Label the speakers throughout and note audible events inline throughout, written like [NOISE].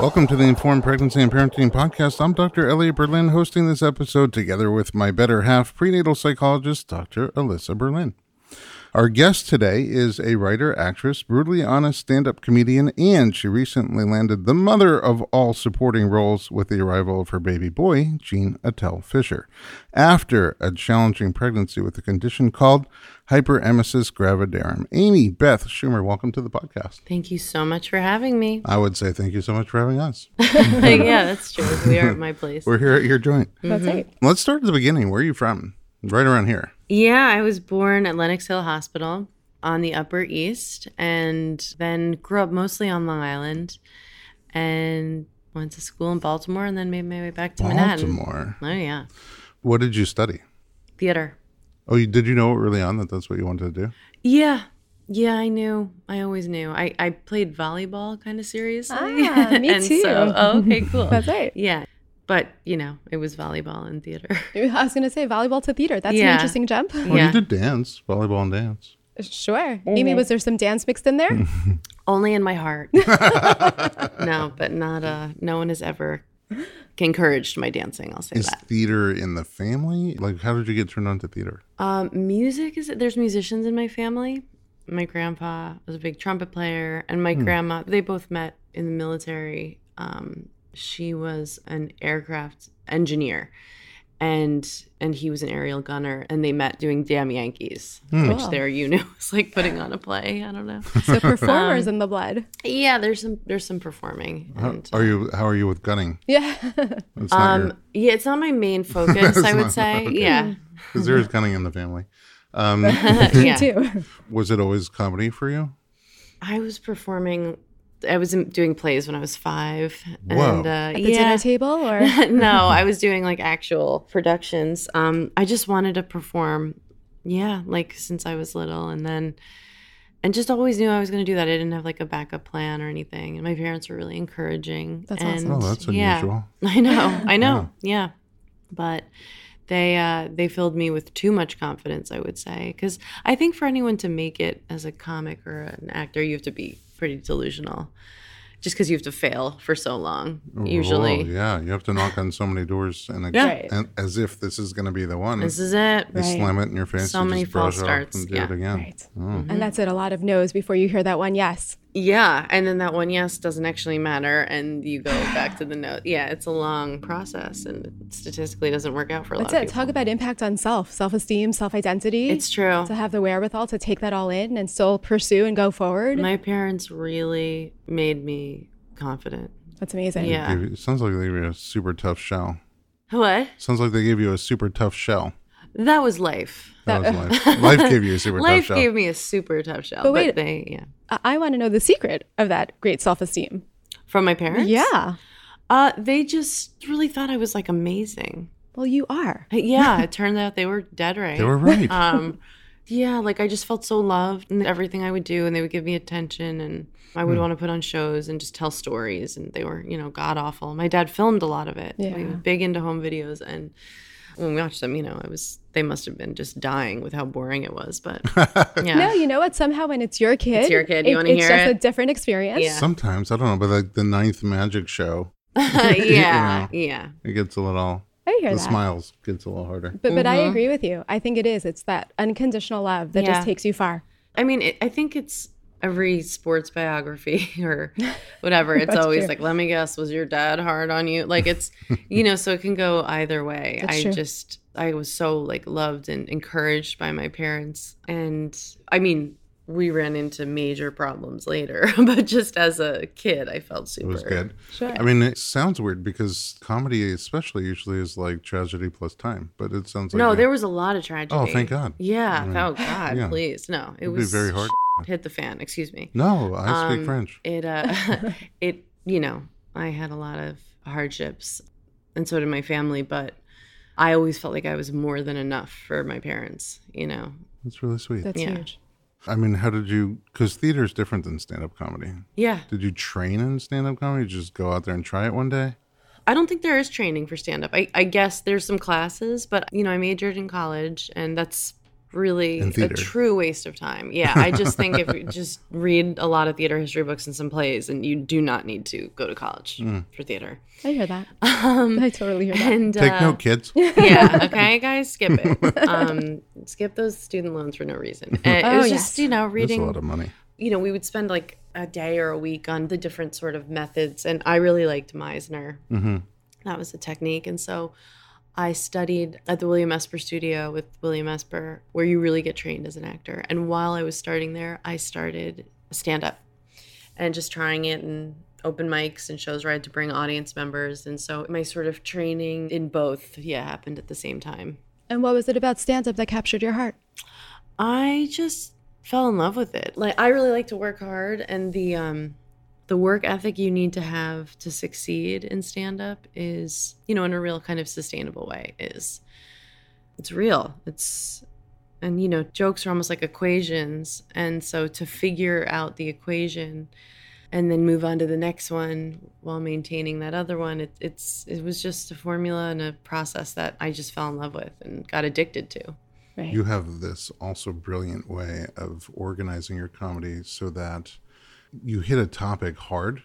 Speaker 1: Welcome to the Informed Pregnancy and Parenting Podcast. I'm Dr. Elliot Berlin, hosting this episode together with my better half, prenatal psychologist, Dr. Alyssa Berlin. Our guest today is a writer, actress, brutally honest stand up comedian, and she recently landed the mother of all supporting roles with the arrival of her baby boy, Jean Attell Fisher, after a challenging pregnancy with a condition called hyperemesis gravidarum. Amy Beth Schumer, welcome to the podcast.
Speaker 2: Thank you so much for having me.
Speaker 1: [LAUGHS] I would say thank you so much for having us.
Speaker 2: yeah, that's true. We are at my place.
Speaker 1: We're here at your joint.
Speaker 3: That's
Speaker 2: Mm-hmm.
Speaker 3: right.
Speaker 1: Let's start at the beginning. Where are you from? Right around here.
Speaker 2: Yeah, I was born at Lenox Hill Hospital on the Upper East and then grew up mostly on Long Island and went to school in Baltimore and then made my way back to Manhattan.
Speaker 1: Baltimore.
Speaker 2: Oh, yeah.
Speaker 1: What did you study?
Speaker 2: Theater.
Speaker 1: Oh, you, did you know early on that that's what you wanted to do?
Speaker 2: Yeah. Yeah, I knew. I always knew. I, I played volleyball kind of seriously. [LAUGHS]
Speaker 3: Ah, me
Speaker 2: and
Speaker 3: too.
Speaker 2: So, oh, okay, cool.
Speaker 3: [LAUGHS] That's right.
Speaker 2: yeah. But, you know, it was volleyball and theater.
Speaker 3: I was going to say volleyball to theater. That's
Speaker 2: Yeah.
Speaker 3: an interesting jump.
Speaker 1: Well,
Speaker 2: Yeah.
Speaker 1: Oh, you did dance, volleyball and dance.
Speaker 3: [LAUGHS] Sure. Amy, was there some dance mixed in
Speaker 2: [LAUGHS]
Speaker 3: there?
Speaker 2: Only in my heart. [LAUGHS] no, but not uh no one has ever encouraged my dancing, I'll say
Speaker 1: Is
Speaker 2: that.
Speaker 1: theater in the family? Like, how did you get turned on to theater?
Speaker 2: Um music is there's musicians in my family. My grandpa was a big trumpet player and my grandma they both met in the military. Um she was an aircraft engineer and and he was an aerial gunner and they met doing Damn Yankees, which
Speaker 3: Cool.
Speaker 2: their unit [LAUGHS] was like putting on a play. I don't know.
Speaker 3: so performers
Speaker 2: Um,
Speaker 3: in the blood.
Speaker 2: yeah, there's some there's some performing.
Speaker 1: How,
Speaker 2: and,
Speaker 1: are you? How are you with gunning?
Speaker 3: [LAUGHS] Yeah.
Speaker 1: It's not
Speaker 2: Um, yeah, it's not my main
Speaker 1: [LAUGHS]
Speaker 2: focus, I would
Speaker 1: not-
Speaker 2: say. [LAUGHS] Yeah.
Speaker 1: because there is gunning in the family.
Speaker 2: [LAUGHS]
Speaker 1: Um,
Speaker 3: Me
Speaker 2: yeah.
Speaker 3: too.
Speaker 1: was it always comedy for you?
Speaker 2: I was performing, I was in- doing plays when I was five.
Speaker 1: Whoa.
Speaker 2: And, uh,
Speaker 3: At the
Speaker 2: yeah. [LAUGHS]
Speaker 3: dinner table or
Speaker 2: no,
Speaker 3: [LAUGHS]
Speaker 2: I was doing like actual productions. Um, I just wanted to perform, yeah, like since I was little. And then, and just always knew I was going to do that. I didn't have like a backup plan or anything. And my parents were really encouraging.
Speaker 3: That's
Speaker 2: and,
Speaker 3: awesome.
Speaker 1: Oh, that's
Speaker 2: Mm, yeah.
Speaker 1: unusual.
Speaker 2: [LAUGHS] I know, I know, yeah. But they uh, they filled me with too much confidence, I would say, because I think for anyone to make it as a comic or an actor, you have to be pretty delusional, just because you have to fail for so long. Usually,
Speaker 1: Whoa, Oh, yeah, you have to knock on so many doors and,
Speaker 2: Yeah.
Speaker 3: Right.
Speaker 1: and as if this is going to be the one.
Speaker 2: this is it.
Speaker 1: they slam it in your face.
Speaker 2: So
Speaker 1: you
Speaker 2: many
Speaker 1: just brush
Speaker 2: false
Speaker 1: it off
Speaker 2: starts,
Speaker 1: And do
Speaker 2: yeah.
Speaker 1: it again.
Speaker 3: Right.
Speaker 2: Mm-hmm.
Speaker 3: And that's it. A lot of no's before you hear that one yes.
Speaker 2: Yeah, and then that one yes doesn't actually matter, and you go back to the note. Yeah, it's a long process, and it statistically doesn't work out for a
Speaker 3: That's
Speaker 2: lot
Speaker 3: it.
Speaker 2: of people.
Speaker 3: Talk about impact on self, self esteem, self identity.
Speaker 2: It's true.
Speaker 3: to have the wherewithal to take that all in and still pursue and go forward.
Speaker 2: My parents really made me confident.
Speaker 3: That's amazing.
Speaker 2: Yeah.
Speaker 1: Gave you- sounds like they gave you a super tough shell.
Speaker 2: What?
Speaker 1: Sounds like they gave you a super tough shell.
Speaker 2: That was life.
Speaker 1: That was
Speaker 2: [LAUGHS]
Speaker 1: life. life gave you a super
Speaker 2: Life
Speaker 1: tough shell.
Speaker 2: gave me a super tough shell.
Speaker 3: But
Speaker 2: But,
Speaker 3: wait-
Speaker 2: they, yeah.
Speaker 3: I, I want to know the secret of that great self esteem.
Speaker 2: From my parents?
Speaker 3: Yeah.
Speaker 2: Uh, they just really thought I was like amazing.
Speaker 3: Well, you are. [LAUGHS]
Speaker 2: Yeah. it turned out they were dead right.
Speaker 1: They were right.
Speaker 2: [LAUGHS] Um, yeah. Like I just felt so loved in everything I would do, and they would give me attention, and I
Speaker 1: Hmm.
Speaker 2: would want to put on shows and just tell stories. And they were, you know, god awful. My dad filmed a lot of it.
Speaker 3: Yeah.
Speaker 2: We were big into home videos, and when we watched them, you know, I was, they must have been just dying with how boring it
Speaker 1: [LAUGHS]
Speaker 2: was. But yeah.
Speaker 3: [LAUGHS] No, you know what? Somehow when it's your kid,
Speaker 2: Ah. It's your kid. You wanna
Speaker 3: it's
Speaker 2: hear
Speaker 3: just a
Speaker 2: it?
Speaker 3: different experience.
Speaker 2: Yeah.
Speaker 1: Sometimes I don't know, but like the ninth magic show,
Speaker 2: [LAUGHS] yeah. Yeah.
Speaker 1: it gets a little.
Speaker 3: I hear
Speaker 1: The
Speaker 3: that.
Speaker 1: smiles gets a little harder.
Speaker 3: But but I agree with you. I think it is. It's that unconditional love that
Speaker 2: Mm-hmm. Yeah.
Speaker 3: just takes you far.
Speaker 2: I mean, it, I think it's every sports biography [LAUGHS] or whatever. It's
Speaker 3: That's
Speaker 2: always
Speaker 3: true.
Speaker 2: like, let me guess, was your dad hard on you? Like
Speaker 3: [LAUGHS]
Speaker 2: it's, you know, so it can go either way.
Speaker 3: That's
Speaker 2: I
Speaker 3: true.
Speaker 2: just, I was so like loved and encouraged by my parents. And I mean, we ran into major problems later, [LAUGHS] but just as a kid, I felt super.
Speaker 1: It was good.
Speaker 3: Sure.
Speaker 1: I mean, it sounds weird because comedy, especially, usually is like tragedy plus time. But it sounds like
Speaker 2: No,
Speaker 1: you-
Speaker 2: there was a lot of tragedy.
Speaker 1: Oh, thank God.
Speaker 2: Yeah.
Speaker 1: Right.
Speaker 2: Oh, God,
Speaker 1: Yeah.
Speaker 2: please. No, it
Speaker 1: It'd be
Speaker 2: was
Speaker 1: very hard.
Speaker 2: Hit the fan. Excuse me.
Speaker 1: No, I speak
Speaker 2: Um,
Speaker 1: French.
Speaker 2: It uh
Speaker 1: [LAUGHS]
Speaker 2: [LAUGHS] it you know, I had a lot of hardships and so did my family, but I always felt like I was more than enough for my parents, you know.
Speaker 1: That's really sweet.
Speaker 3: That's
Speaker 2: Yeah.
Speaker 3: huge.
Speaker 1: I mean, how did you? Because theater is different than stand-up comedy.
Speaker 2: Yeah.
Speaker 1: Did you train in stand-up comedy? Just go out there and try it one day.
Speaker 2: I don't think there is training for stand up. I, I guess there's some classes, but you know, I majored in college and that's really
Speaker 1: And
Speaker 2: a
Speaker 1: theater.
Speaker 2: true waste of time. Yeah, I just think if
Speaker 1: [LAUGHS]
Speaker 2: you just read a lot of theater history books and some plays, and you do not need to go to college
Speaker 1: Mm.
Speaker 2: for theater. [LAUGHS]
Speaker 3: I hear that.
Speaker 2: Um,
Speaker 3: I totally hear that.
Speaker 2: and
Speaker 1: Take
Speaker 2: uh,
Speaker 1: note, kids.
Speaker 3: [LAUGHS]
Speaker 2: yeah. Okay, guys, skip it. Um, skip those student loans for no reason. And it
Speaker 3: [LAUGHS] Oh,
Speaker 2: was just
Speaker 3: yes.
Speaker 2: you know
Speaker 1: That's a
Speaker 2: reading
Speaker 1: lot of money.
Speaker 2: you know, we would spend like a day or a week on the different sort of methods. And I really liked Meisner.
Speaker 1: hmm
Speaker 2: That was the technique. And so I studied at the William Esper studio with William Esper, where you really get trained as an actor. And while I was starting there, I started stand up and just trying it and open mics and shows where I had to bring audience members. And so my sort of training in both, yeah, happened at the same time.
Speaker 3: And what was it about stand up that captured your heart?
Speaker 2: I just fell in love with it. Like I really like to work hard and the um the work ethic you need to have to succeed in stand up is, you know, in a real kind of sustainable way is it's real. It's and you know, jokes are almost like equations and so to figure out the equation and then move on to the next one while maintaining that other one it, it's it was just a formula and a process that i just fell in love with and got addicted to
Speaker 3: Right.
Speaker 1: You have this also brilliant way of organizing your comedy so that you hit a topic hard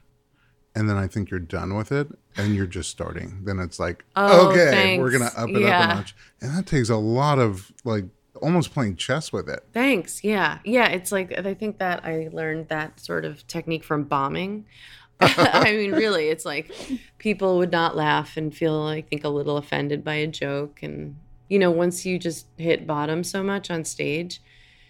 Speaker 1: and then I think you're done with it and you're just starting. Then it's like,
Speaker 2: Oh,
Speaker 1: okay, we're going
Speaker 2: thanks.
Speaker 1: to up it up
Speaker 2: Yeah.
Speaker 1: a notch. And that takes a lot of like almost playing chess with it.
Speaker 2: Thanks. Yeah. Yeah. It's like, I think that I learned that sort of technique from bombing. [LAUGHS] I mean, really, it's like people would not laugh and feel, I think, a little offended by a joke. And, you know, once you just hit bottom so much on stage,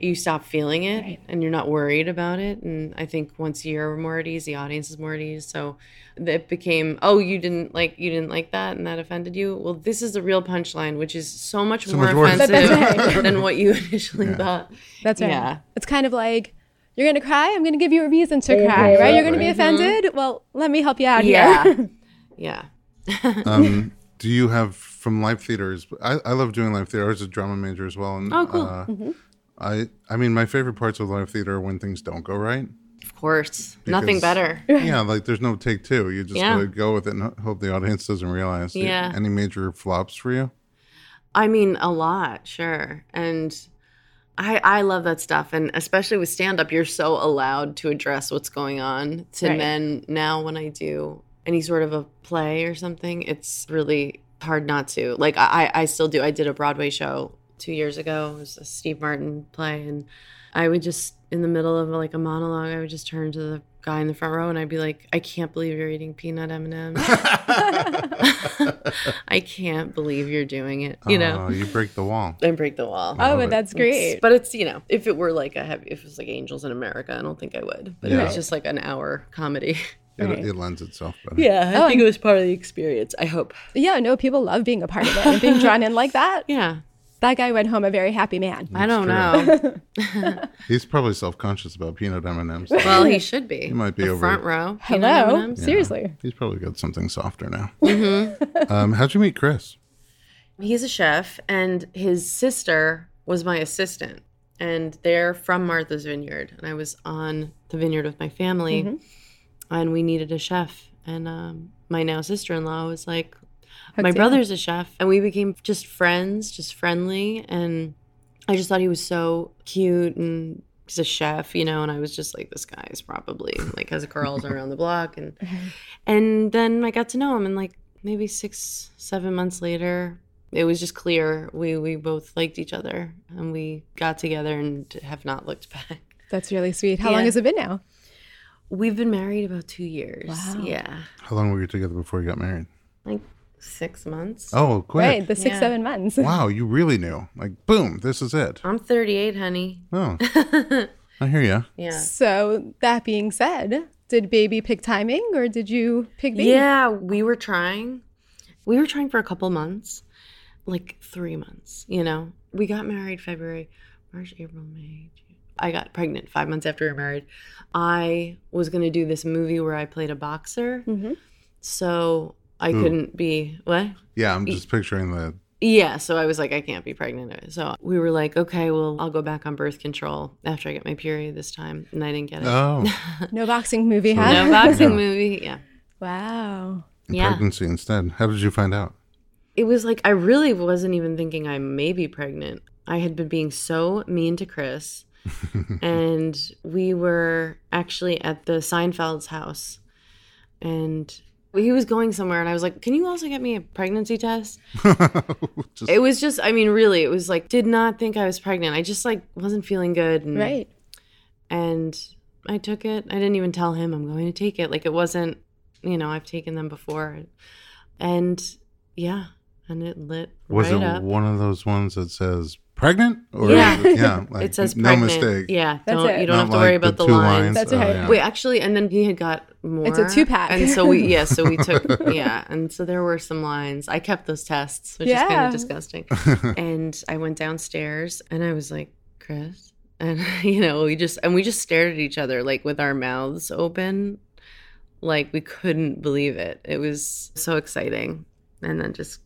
Speaker 2: you stop feeling it
Speaker 3: Right.
Speaker 2: and you're not worried about it. And I think once you're more at ease, the audience is more at ease. So it became, oh, you didn't like, you didn't like that and that offended you. Well, this is the real punchline, which is so much
Speaker 1: So
Speaker 2: more
Speaker 1: much worse.
Speaker 3: But that's
Speaker 2: offensive [LAUGHS]
Speaker 3: right.
Speaker 2: than what you initially thought.
Speaker 3: That's right.
Speaker 2: Yeah.
Speaker 3: It's kind of like, you're going to cry? I'm going to give you a reason to cry, Oh, right? You're going to be offended? Well, let me help you out here.
Speaker 2: Mm-hmm. Yeah. yeah.
Speaker 1: Um, do you have from live theaters? I, I love doing live theater. I was a drama major as well. And,
Speaker 2: Oh, cool.
Speaker 1: Uh, I, I mean, my favorite parts of live theater are when things don't go right.
Speaker 2: Of course. Nothing
Speaker 1: because-
Speaker 2: better. [LAUGHS]
Speaker 1: Yeah, like there's no take two. You just
Speaker 2: Yeah.
Speaker 1: gotta go with it and ho- hope the audience doesn't realize the-
Speaker 2: Yeah.
Speaker 1: any major flops for you. [LAUGHS]
Speaker 2: I mean, a lot, sure. And I I love that stuff. And especially with stand up, you're so allowed to address what's going on. To
Speaker 3: Right.
Speaker 2: then now when I do any sort of a play or something, it's really hard not to. Like I, I I still do. I did a Broadway show two years ago. It was a Steve Martin play and I would just in the middle of like a monologue, I would just turn to the guy in the front row and I'd be like, I can't believe you're eating peanut M&Ms. [LAUGHS] I can't believe you're doing it. [LAUGHS] You know,
Speaker 1: Oh, you break the wall.
Speaker 2: and break the wall.
Speaker 1: love
Speaker 3: [LAUGHS] Oh,
Speaker 1: it.
Speaker 3: but that's great.
Speaker 2: But it's you know, if it were like a heavy, if it was like Angels in America, I don't think I would. But it
Speaker 1: Yeah.
Speaker 2: was just like an hour comedy.
Speaker 1: It,
Speaker 3: Right.
Speaker 1: it lends itself better.
Speaker 2: [LAUGHS] Yeah, I
Speaker 3: Oh,
Speaker 2: think it was part of the experience. I hope.
Speaker 3: Yeah, no, people love being a part of it and being drawn in like that.
Speaker 2: Yeah,
Speaker 3: That guy went home a very happy man.
Speaker 2: I don't [LAUGHS]
Speaker 1: true.
Speaker 2: know.
Speaker 1: He's probably self conscious about peanut M and M's.
Speaker 2: well, he should be. He
Speaker 1: might be
Speaker 2: the
Speaker 1: over
Speaker 2: front
Speaker 1: it.
Speaker 2: row. You know what Mm-hmm.
Speaker 3: Hello?
Speaker 2: I'm saying?
Speaker 3: Seriously.
Speaker 1: He's probably got something softer
Speaker 2: [LAUGHS]
Speaker 1: now. um, how'd you meet Chris?
Speaker 2: He's a chef, and his sister was my assistant, and they're from Martha's Vineyard, and I was on the vineyard with my family, and we needed a chef, and um, my now sister-in-law was like, my
Speaker 3: you up.
Speaker 2: brother's a chef, and we became just friends, just friendly, and I just thought he was so cute and. He's a chef, you know, and I was just like, this guy's probably like has [LAUGHS] girls around the block, and and then I got to know him, and like maybe six, seven months later, it was just clear we we both liked each other, and we got together and have not looked back.
Speaker 3: That's really sweet. How
Speaker 2: Yeah.
Speaker 3: long has it been now?
Speaker 2: We've been married about two years.
Speaker 3: Wow.
Speaker 2: Yeah,
Speaker 1: How long were you together before you got married?
Speaker 2: like six months.
Speaker 1: Oh, quick!
Speaker 2: [LAUGHS]
Speaker 3: Right, the six,
Speaker 2: Yeah.
Speaker 3: seven months.
Speaker 1: Wow, you really knew. Like, boom, this is
Speaker 2: [LAUGHS]
Speaker 1: it.
Speaker 2: I'm 38, honey. [LAUGHS]
Speaker 1: Oh, I hear you.
Speaker 2: Yeah.
Speaker 3: [LAUGHS] So, that being said, did baby pick timing or did you pick baby?
Speaker 2: Yeah, we were trying. We were trying for a couple months, like three months, you know? We got married February, March, April, May. June. I got pregnant five months after we were married. I was going to do this movie where I played a boxer.
Speaker 3: Mhm.
Speaker 2: So I
Speaker 1: Ooh.
Speaker 2: couldn't be, what?
Speaker 1: Yeah, I'm just picturing
Speaker 2: [LAUGHS]
Speaker 1: the.
Speaker 2: Yeah, so I was like, I can't be pregnant. So we were like, okay, well, I'll go back on birth control after I get my period this time. And I didn't get it.
Speaker 1: Oh,
Speaker 3: No boxing movie, huh?
Speaker 2: [LAUGHS] no boxing
Speaker 1: Yeah.
Speaker 2: movie. Yeah.
Speaker 3: [LAUGHS] Wow.
Speaker 2: Yeah.
Speaker 1: pregnancy instead. How did you find out? [LAUGHS]
Speaker 2: it was like I really wasn't even thinking I may be pregnant. I had been being so mean to Chris. and we were actually at the Seinfeld's house. And he was going somewhere, and I was like, Can you also get me a pregnancy test?
Speaker 1: Just-
Speaker 2: It was just, I mean, really, it was like, did not think I was pregnant. I just like wasn't feeling good. And,
Speaker 3: Right.
Speaker 2: And I took it. I didn't even tell him I'm going to take it. Like it wasn't, you know, I've taken them before. And yeah, and it lit
Speaker 1: was
Speaker 2: right
Speaker 1: it
Speaker 2: up.
Speaker 1: one of those ones that says pregnant? Or
Speaker 2: Yeah. [LAUGHS]
Speaker 1: yeah like,
Speaker 2: it says
Speaker 1: no
Speaker 2: pregnant.
Speaker 1: mistake.
Speaker 2: Yeah,
Speaker 3: That's
Speaker 2: don't,
Speaker 3: it.
Speaker 2: you don't
Speaker 1: Not
Speaker 2: have to
Speaker 1: like
Speaker 2: worry about the,
Speaker 1: two
Speaker 2: lines.
Speaker 3: That's
Speaker 1: Oh,
Speaker 3: right.
Speaker 1: yeah.
Speaker 2: Wait, actually, and then he had got more.
Speaker 3: It's a two-pack.
Speaker 2: and so we, yeah, so we [LAUGHS] took, yeah, and so there were some lines. I kept those tests, which is kind
Speaker 3: Yeah.
Speaker 2: of disgusting. and I went downstairs, and I was like, Chris, and [LAUGHS] you know, we just and we just stared at each other, like with our mouths open, like we couldn't believe it. It was so exciting, and then just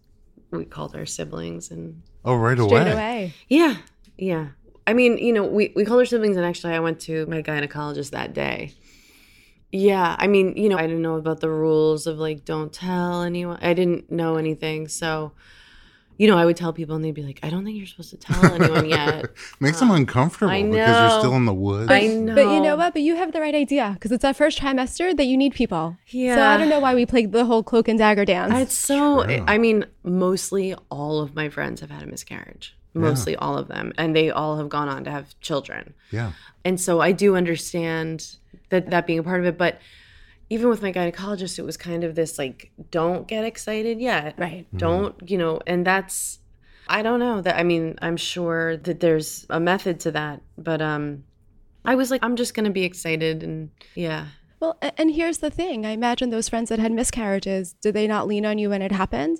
Speaker 2: we called our siblings and
Speaker 1: [LAUGHS] Oh, right away.
Speaker 3: Straight away.
Speaker 2: yeah, yeah. I mean, you know, we, we called her siblings, and actually, I went to my gynecologist that day. Yeah, I mean, you know, I didn't know about the rules of like, don't tell anyone. I didn't know anything. So, you know, I would tell people, and they'd be like, I don't think you're supposed
Speaker 1: [LAUGHS]
Speaker 2: to tell anyone yet.
Speaker 1: Makes them uncomfortable
Speaker 2: I
Speaker 1: because you're
Speaker 2: know.
Speaker 1: still in the woods.
Speaker 2: I know.
Speaker 3: But you know what? But you have the right idea because it's that first trimester that you need people. So
Speaker 2: Yeah.
Speaker 3: I don't know why we played the whole cloak and dagger dance.
Speaker 2: It's so,
Speaker 1: True.
Speaker 2: I mean, mostly all of my friends have had a miscarriage. Mostly all of them. And they all have gone on to have children.
Speaker 1: Yeah.
Speaker 2: And so I do understand that that being a part of it, but even with my gynecologist, it was kind of this like, don't get excited yet.
Speaker 3: Right. Mm-hmm.
Speaker 2: Don't, you know, and that's I don't know that I mean, I'm sure that there's a method to that, but um I was like, I'm just gonna be excited and yeah.
Speaker 3: Well, a- and here's the thing. I imagine those friends that had miscarriages, did they not lean on you when it happened?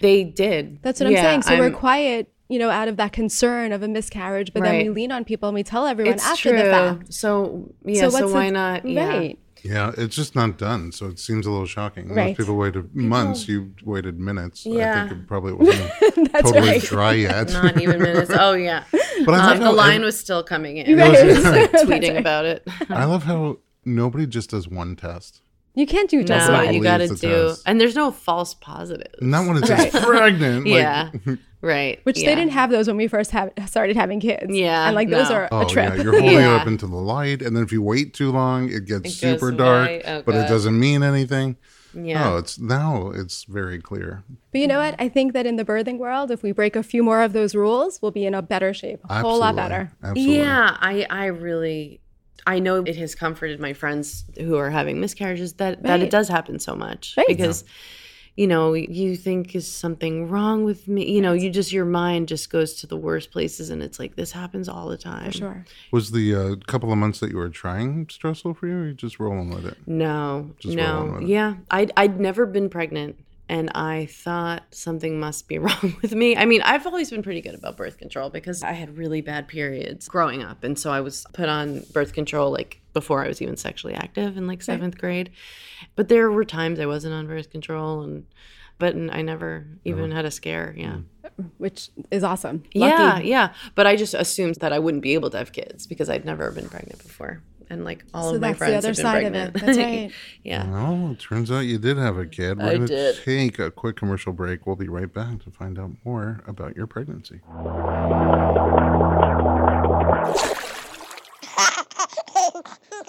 Speaker 2: They did.
Speaker 3: That's what I'm
Speaker 2: Yeah,
Speaker 3: saying. So we're
Speaker 2: I'm-
Speaker 3: quiet, you know, out of that concern of a miscarriage, but then we
Speaker 2: Right.
Speaker 3: lean on people and we tell everyone
Speaker 2: it's
Speaker 3: after
Speaker 2: true.
Speaker 3: the fact.
Speaker 2: So yeah, so,
Speaker 3: the-
Speaker 2: why not? Yeah.
Speaker 3: Right. [LAUGHS]
Speaker 1: Yeah, it's just not done, so it seems a little shocking. Most
Speaker 3: Right.
Speaker 1: people waited months. You waited minutes. I
Speaker 2: Yeah.
Speaker 1: think it
Speaker 2: [LAUGHS]
Speaker 1: probably wasn't totally
Speaker 3: right.
Speaker 1: dry yet.
Speaker 2: Not even minutes. Oh
Speaker 3: [LAUGHS]
Speaker 2: yeah.
Speaker 1: [LAUGHS] but I love
Speaker 2: Um,
Speaker 1: how
Speaker 2: the line
Speaker 1: ev-
Speaker 2: was still coming in.
Speaker 3: Right.
Speaker 2: I was like
Speaker 3: [LAUGHS] That's
Speaker 2: tweeting
Speaker 3: right.
Speaker 2: about it.
Speaker 1: I love how nobody just does one test.
Speaker 3: You can't do just
Speaker 2: no,
Speaker 1: what
Speaker 3: one.
Speaker 2: you
Speaker 1: believes
Speaker 2: gotta
Speaker 1: the
Speaker 2: do,
Speaker 1: test.
Speaker 2: and there's no false positives.
Speaker 1: Not when it's
Speaker 3: Right.
Speaker 1: just pregnant. Mm, like-
Speaker 2: [LAUGHS]
Speaker 1: mm-hmm.
Speaker 2: yeah, right.
Speaker 3: Which
Speaker 2: yeah.
Speaker 3: they didn't have those when we first have, started having kids.
Speaker 2: Yeah,
Speaker 3: And like those
Speaker 2: no.
Speaker 3: are
Speaker 1: Oh
Speaker 3: a trip.
Speaker 1: yeah, you're holding
Speaker 2: Yeah.
Speaker 1: it up into the light, and then if you wait too long, it gets
Speaker 2: It goes
Speaker 1: super dark,
Speaker 2: away. Oh,
Speaker 1: but it
Speaker 2: God.
Speaker 1: doesn't mean anything.
Speaker 2: Yeah,
Speaker 1: Oh, it's now it's very clear.
Speaker 3: [LAUGHS] But you know what? I think that in the birthing world, if we break a few more of those rules, we'll be in a better shape, a whole lot
Speaker 1: Absolutely.
Speaker 3: better.
Speaker 1: Absolutely.
Speaker 2: yeah. I, I really, I know it has comforted my friends who are having miscarriages that that
Speaker 3: Right.
Speaker 2: it does happen so much
Speaker 3: Right.
Speaker 2: because. You know, you think is something wrong with me. You know, you just your mind just goes to the worst places, and it's like this happens all the time.
Speaker 3: For sure.
Speaker 1: Was the uh, couple of months that you were trying stressful for you, or you just rolling with it?
Speaker 2: No,
Speaker 1: Just rolling
Speaker 2: no,
Speaker 1: with it.
Speaker 2: yeah. I'd I'd never been pregnant, and I thought something must be [LAUGHS] wrong with me. I mean, I've always been pretty good about birth control because I had really bad periods growing up, and so I was put on birth control like before I was even sexually active in like seventh grade. But there were times I wasn't on birth control, and but I never even
Speaker 1: Uh-huh.
Speaker 2: had a scare. Yeah.
Speaker 1: Mm.
Speaker 3: Which is awesome.
Speaker 2: Yeah,
Speaker 3: Lucky.
Speaker 2: yeah. But I just assumed that I wouldn't be able to have kids because I'd never been pregnant before. And like all
Speaker 3: So
Speaker 2: of my
Speaker 3: that's the
Speaker 2: friends
Speaker 3: other
Speaker 2: have been
Speaker 3: side of it.
Speaker 2: pregnant. [LAUGHS]
Speaker 3: That's right.
Speaker 2: yeah.
Speaker 1: Oh, it turns out you did have a kid. We're
Speaker 2: I
Speaker 1: gonna
Speaker 2: did.
Speaker 1: take a quick commercial break. We'll be right back to find out more about your pregnancy.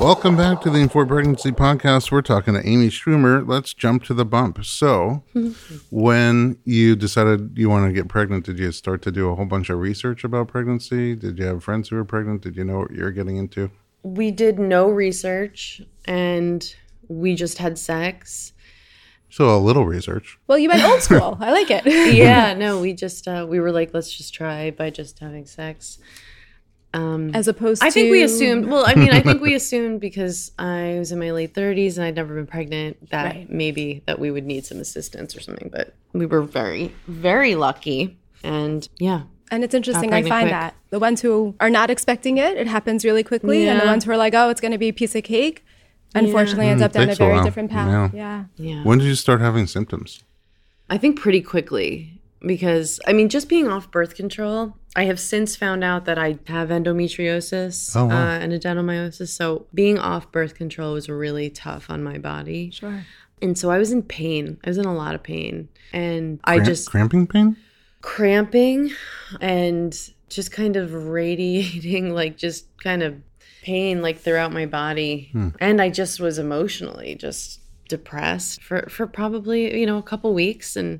Speaker 1: Welcome back to the Informed Pregnancy Podcast. We're talking to Amy Strumer. Let's jump to the bump. So, when you decided you want to get pregnant, did you start to do a whole bunch of research about pregnancy? Did you have friends who were pregnant? Did you know what you're getting into?
Speaker 2: we did no research and we just had sex.
Speaker 1: So, a little research.
Speaker 3: Well, you went old school. I
Speaker 2: [LAUGHS]
Speaker 3: like it.
Speaker 2: Yeah, no, we just uh, we were like, let's just try by just having sex.
Speaker 3: As opposed to
Speaker 2: I think we assumed. Well, I mean, I think [LAUGHS] we assumed because I was in my late thirties and I'd never been pregnant that
Speaker 3: Right.
Speaker 2: maybe that we would need some assistance or something. But we were very, very lucky, and yeah,
Speaker 3: And it's interesting. I
Speaker 2: pregnant
Speaker 3: find
Speaker 2: quick.
Speaker 3: that the ones who are not expecting it, it happens really quickly, and the
Speaker 2: Yeah.
Speaker 3: ones who are like, "Oh, it's going to be a piece of cake," unfortunately end up down a
Speaker 1: Mm, takes a
Speaker 3: very
Speaker 1: while,
Speaker 3: different path. Yeah.
Speaker 2: yeah.
Speaker 1: When did you start having symptoms?
Speaker 2: I think pretty quickly because I mean, just being off birth control, I have since found out that I have endometriosis
Speaker 1: Oh, wow.
Speaker 2: uh, and adenomyosis. So being off birth control was really tough on my body.
Speaker 3: Sure.
Speaker 2: And so I was in pain. I was in a lot of pain. And I
Speaker 1: Cramp-
Speaker 2: just
Speaker 1: cramping pain?
Speaker 2: cramping and just kind of radiating [LAUGHS] like just kind of pain like throughout my body and i just was emotionally just depressed for for probably you know a couple weeks and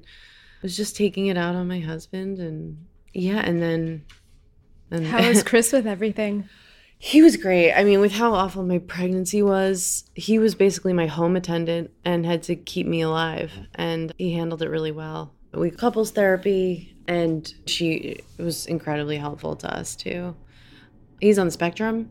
Speaker 2: was just taking it out on my husband and yeah and then and
Speaker 3: How
Speaker 2: [LAUGHS]
Speaker 3: is Chris with everything?
Speaker 2: he was great. I mean, with how awful my pregnancy was, he was basically my home attendant and had to keep me alive. And he handled it really well. We couples therapy, and she was incredibly helpful to us too. He's on the spectrum,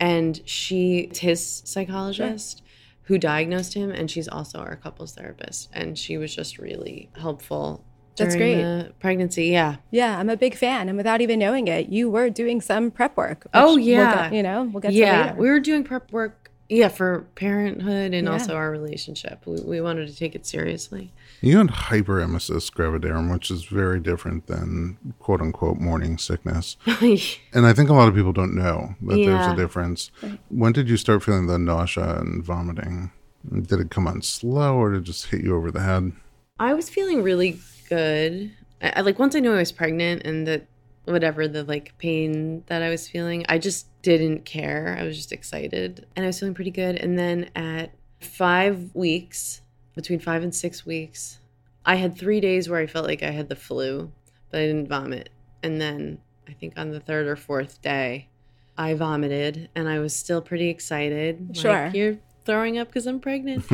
Speaker 2: and she it's his psychologist who diagnosed him, and she's also our couples therapist. And she was just really helpful.
Speaker 3: That's
Speaker 2: during
Speaker 3: great.
Speaker 2: The pregnancy, yeah.
Speaker 3: Yeah, I'm a big fan, and without even knowing it, you were doing some prep work. which
Speaker 2: Oh,
Speaker 3: we'll
Speaker 2: yeah.
Speaker 3: get- you know, we'll get
Speaker 2: yeah
Speaker 3: to later.
Speaker 2: we were doing prep work yeah for parenthood and
Speaker 3: Yeah.
Speaker 2: also our relationship we, we wanted to take it seriously [LAUGHS]
Speaker 1: You had hyperemesis gravidarum, which is very different than quote unquote morning sickness. And I think a lot of people don't know that there's
Speaker 2: Yeah.
Speaker 1: a difference. When did you start feeling the nausea and vomiting? Did it come on slow or did it just hit you over the head?
Speaker 2: i was feeling really good I, I like once i knew i was pregnant and that whatever the like pain that i was feeling i just didn't care i was just excited and i was feeling pretty good and then at five weeks between five and six weeks i had three days where i felt like i had the flu but i didn't vomit and then i think on the third or fourth day I vomited and I was still pretty excited. like,
Speaker 3: Sure.
Speaker 2: you're throwing up because I'm pregnant.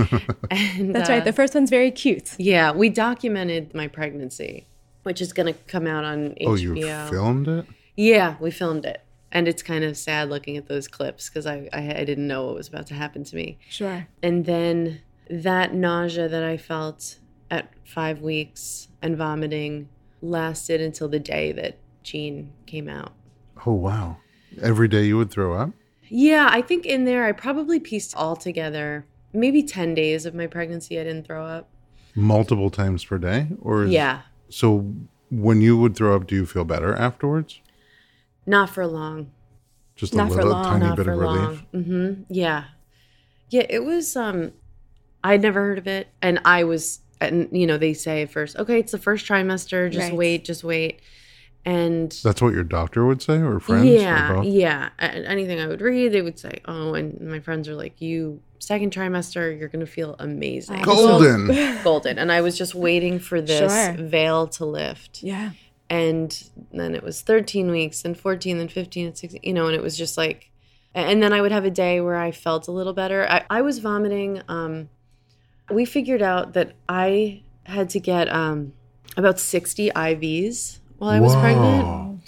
Speaker 2: and,
Speaker 3: That's
Speaker 2: uh,
Speaker 3: right. The first one's very cute.
Speaker 2: yeah, we documented my pregnancy, which is going to come out on HBO.
Speaker 1: Oh, you filmed it?
Speaker 2: Yeah, we filmed it. And it's kind of sad looking at those clips because I, I, I didn't know what was about to happen to me.
Speaker 3: Sure.
Speaker 2: And then that nausea that I felt at five weeks and vomiting lasted until the day that Gene came out.
Speaker 1: Oh, wow. Every day you would throw up?
Speaker 2: Yeah, I think in there I probably pieced all together maybe 10 days of my pregnancy I didn't throw up.
Speaker 1: Multiple times per day? Or is-
Speaker 2: Yeah,
Speaker 1: So when you would throw up, do you feel better afterwards?
Speaker 2: not for long.
Speaker 1: Just
Speaker 3: Not
Speaker 1: a
Speaker 3: for
Speaker 1: little
Speaker 3: long,
Speaker 1: tiny
Speaker 2: Not
Speaker 1: bit
Speaker 2: for
Speaker 1: of relief.
Speaker 2: long. Mhm. Yeah. Yeah, it was um I'd never heard of it and I was and you know they say at first, "Okay, it's the first trimester, just
Speaker 3: Right.
Speaker 2: wait, just wait." And
Speaker 1: That's what your doctor would say or friends? or
Speaker 2: yeah,
Speaker 1: both?
Speaker 2: yeah. A- Anything I would read, they would say, "Oh," and my friends are like, "You second trimester, you're gonna feel amazing,
Speaker 1: Golden.
Speaker 2: golden." And I was just waiting for this
Speaker 3: Sure.
Speaker 2: veil to lift,
Speaker 3: Yeah.
Speaker 2: and then it was 13 weeks, and 14, and 15, and 16. You know, and it was just like, and then I would have a day where I felt a little better. I, I was vomiting. Um, we figured out that I had to get um, about 60 IVs while [LAUGHS] I was pregnant
Speaker 1: Whoa.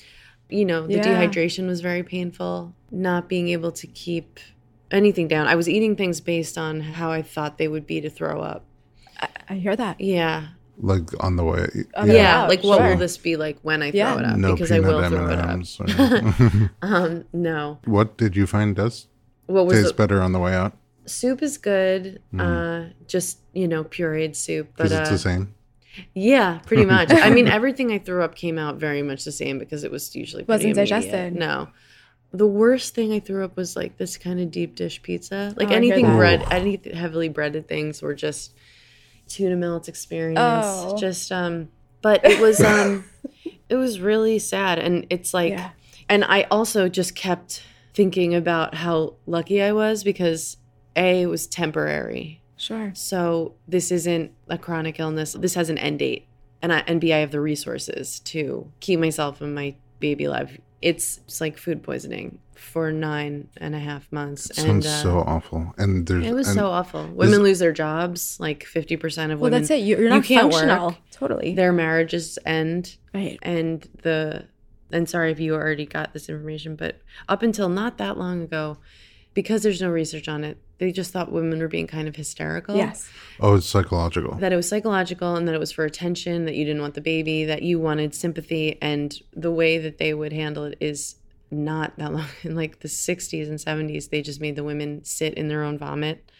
Speaker 2: you know, the
Speaker 3: Yeah.
Speaker 2: dehydration was very painful, not being able to keep anything down. I was eating things based on how I thought they would be to throw up.
Speaker 3: I hear that.
Speaker 2: Yeah.
Speaker 1: Like on the way.
Speaker 3: Yeah.
Speaker 2: Yeah.
Speaker 3: Oh,
Speaker 2: like, what
Speaker 3: sure.
Speaker 2: will this be like when I throw
Speaker 3: Yeah.
Speaker 2: it up?
Speaker 1: No
Speaker 2: because I will
Speaker 1: peanut
Speaker 2: throw it up.
Speaker 1: M&Ms.
Speaker 2: [LAUGHS]
Speaker 1: or- [LAUGHS]
Speaker 2: Um, no.
Speaker 1: what did you find does
Speaker 2: What was
Speaker 1: taste
Speaker 2: the
Speaker 1: better on the way out?
Speaker 2: soup is good. Uh, just you know, pureed soup. But
Speaker 1: Because
Speaker 2: uh,
Speaker 1: it's the same.
Speaker 2: yeah,
Speaker 3: [LAUGHS]
Speaker 2: pretty much. I mean, everything I threw up came out very much the same because it was usually pretty
Speaker 3: Wasn't
Speaker 2: immediate.
Speaker 3: digested.
Speaker 2: No. The worst thing I threw up was like this kind of deep dish pizza. Like
Speaker 3: Oh, I hear
Speaker 2: anything
Speaker 3: that.
Speaker 2: bread, any heavily breaded things were just tuna melts experience.
Speaker 3: Oh.
Speaker 2: Just um but it was um it was really sad and it's like
Speaker 3: Yeah.
Speaker 2: and I also just kept thinking about how lucky I was because A, it was temporary.
Speaker 3: Sure.
Speaker 2: So this isn't a chronic illness. This has an end date. And I, and B, I have the resources to keep myself and my baby alive. It's, it's like food poisoning for nine and a half months. and uh,
Speaker 1: Sounds so awful. And there's
Speaker 2: it was
Speaker 1: and
Speaker 2: so awful. Women lose their jobs. Like 50% of
Speaker 3: Well,
Speaker 2: women.
Speaker 3: that's it. You're, you're
Speaker 2: you
Speaker 3: not
Speaker 2: can't
Speaker 3: functional.
Speaker 2: work.
Speaker 3: Totally.
Speaker 2: Their marriages end
Speaker 3: right.
Speaker 2: and the and sorry if you already got this information but up until not that long ago because there's no research on it they just thought women were being kind of hysterical
Speaker 3: Yes.
Speaker 1: Oh, it's psychological.
Speaker 2: that it was psychological and that it was for attention that you didn't want the baby that you wanted sympathy and the way that they would handle it is not that long [LAUGHS] in like the 60s and 70s they just made the women sit in their own vomit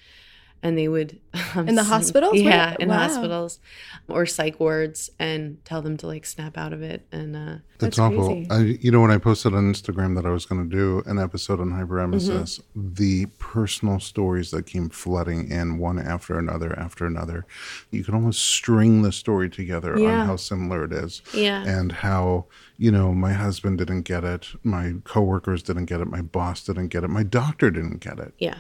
Speaker 2: and they would [LAUGHS] um,
Speaker 3: In the
Speaker 2: sing-
Speaker 3: hospitals? Wait,
Speaker 2: yeah in
Speaker 3: wow.
Speaker 2: hospitals or psych wards and tell them to like snap out of it and uh
Speaker 1: That's
Speaker 3: That's
Speaker 1: awful.
Speaker 3: crazy.
Speaker 1: I, you know, when I posted on Instagram that I was going to do an episode on hyperemesis,
Speaker 2: Mm-hmm.
Speaker 1: the personal stories that came flooding in one after another after another, you can almost string the story together
Speaker 2: Yeah.
Speaker 1: on how similar it is.
Speaker 2: Yeah.
Speaker 1: And how, you know, my husband didn't get it, my coworkers didn't get it, my boss didn't get it, my doctor didn't get it,
Speaker 2: Yeah.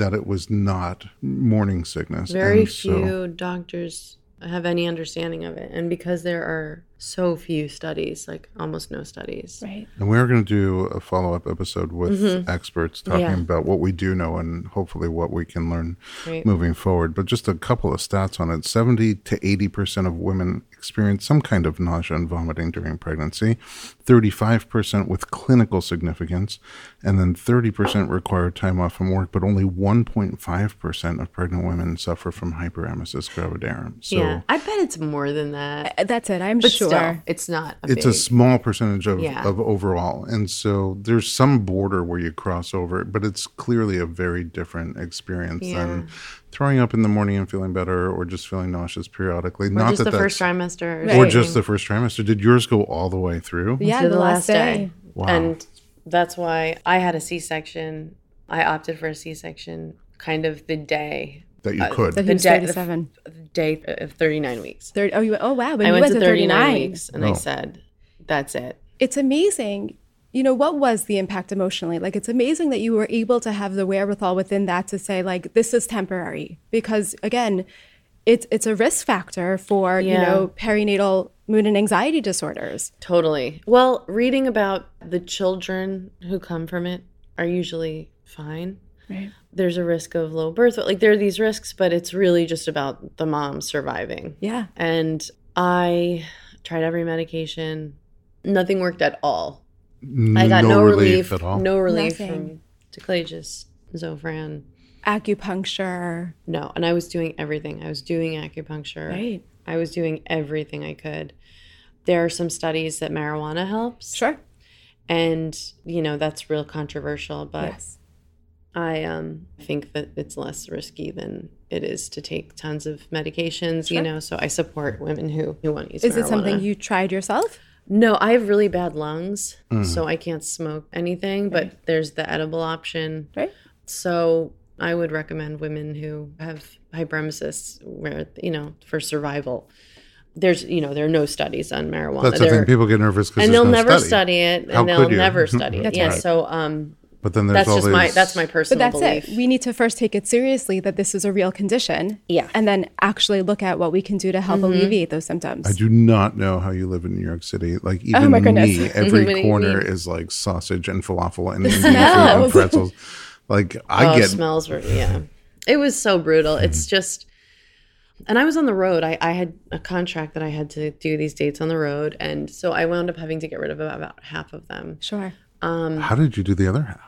Speaker 1: that it was not morning sickness.
Speaker 2: Very
Speaker 1: And so-
Speaker 2: few doctors have any understanding of it. And because there are so few studies, like almost no studies.
Speaker 3: Right.
Speaker 1: And we are going to do a follow up episode with experts talking
Speaker 2: Mm-hmm. Yeah.
Speaker 1: about what we do know and hopefully what we can learn
Speaker 2: Right.
Speaker 1: moving forward. But just a couple of stats on it 70 to 80% of women experience some kind of nausea and vomiting during pregnancy, 35% with clinical significance, and then 30% require time off from work. But only 1.5% of pregnant women suffer from hyperemesis gravidarum. So
Speaker 2: yeah. I bet it's more than that.
Speaker 3: Uh, That's it. I'm
Speaker 2: But
Speaker 3: sure.
Speaker 2: still, it's not. A
Speaker 1: it's
Speaker 2: big,
Speaker 1: a small percentage of,
Speaker 2: Yeah.
Speaker 1: of overall and so there's some border where you cross over but it's clearly a very different experience than throwing up in the morning and feeling better or just feeling nauseous periodically
Speaker 2: or
Speaker 1: not
Speaker 2: just
Speaker 1: that
Speaker 2: the
Speaker 1: that's
Speaker 2: first trimester.
Speaker 3: Right.
Speaker 1: or
Speaker 3: day.
Speaker 1: just the first trimester did yours go all the way through
Speaker 3: yeah,
Speaker 2: to
Speaker 3: the, last day.
Speaker 1: Wow.
Speaker 2: And that's why I had a C section. I opted for a C section kind of the day,
Speaker 1: that you could
Speaker 3: That he
Speaker 2: The
Speaker 3: was
Speaker 2: day-
Speaker 3: 37.
Speaker 2: the day of 39 weeks.
Speaker 3: 30, oh, you went, oh, wow. But
Speaker 2: I
Speaker 3: you
Speaker 2: went to 39,
Speaker 3: 39.
Speaker 2: weeks and I
Speaker 1: Oh.
Speaker 2: said, that's it.
Speaker 3: It's amazing. You know, what was the impact emotionally? Like, it's amazing that you were able to have the wherewithal within that to say, like, this is temporary. Because again, it's, it's a risk factor for, you
Speaker 2: Yeah.
Speaker 3: know, perinatal mood and anxiety disorders.
Speaker 2: Totally. Well, reading about the children who come from it are usually fine.
Speaker 3: Right.
Speaker 2: There's a risk of low birth. Like there are these risks, but it's really just about the mom surviving.
Speaker 3: Yeah.
Speaker 2: And I tried every medication. Nothing worked at all. I got no, relief,
Speaker 1: at all
Speaker 2: No relief
Speaker 3: Nothing.
Speaker 2: from Declages, Zofran.
Speaker 3: Acupuncture.
Speaker 2: No. And I was doing everything. I was doing acupuncture.
Speaker 3: Right.
Speaker 2: I was doing everything I could. There are some studies that marijuana helps.
Speaker 3: Sure.
Speaker 2: and you know that's real controversial but
Speaker 3: yes.
Speaker 2: i um think that it's less risky than it is to take tons of medications you
Speaker 3: Sure.
Speaker 2: know so i support women who who want to use
Speaker 3: Is it something
Speaker 2: marijuana.
Speaker 3: you tried yourself?
Speaker 2: no i have really bad lungs
Speaker 1: Mm.
Speaker 2: so i can't smoke anything but there's the edible option
Speaker 3: Right.
Speaker 2: so i would recommend women who have hyperemesis where you know for survival there's you know there are no studies on marijuana
Speaker 1: that's the
Speaker 2: There
Speaker 1: thing
Speaker 2: are-
Speaker 1: people get nervous because
Speaker 2: and they'll
Speaker 1: no
Speaker 2: never
Speaker 1: study.
Speaker 2: study, it
Speaker 1: How
Speaker 2: and they'll
Speaker 1: could you? [LAUGHS]
Speaker 2: never study it
Speaker 1: That's
Speaker 2: yeah
Speaker 1: right.
Speaker 2: so um
Speaker 1: but then there's
Speaker 2: that's
Speaker 1: all
Speaker 2: just
Speaker 1: these
Speaker 2: my that's my
Speaker 3: But
Speaker 2: personal
Speaker 3: that's
Speaker 2: belief.
Speaker 3: it. We need to first take it seriously that this is a real condition.
Speaker 2: Yeah. Mm-hmm.
Speaker 3: And then actually look at what we can do to help alleviate those symptoms.
Speaker 1: I do not know how you live in New York City. Like even
Speaker 3: Oh my goodness. [LAUGHS]
Speaker 1: me, every
Speaker 2: What do you
Speaker 1: corner
Speaker 2: mean?
Speaker 1: is like sausage and falafel and Indian food and
Speaker 3: smells.
Speaker 1: pretzels. Like I
Speaker 2: oh,
Speaker 1: get Hmm.
Speaker 2: smells were yeah. It was so brutal. It's just and I was on the road. I, I had a contract that I had to do these dates on the road and so I wound up having to get rid of about, about half of them.
Speaker 3: Sure.
Speaker 2: Um
Speaker 1: How did you do the other half?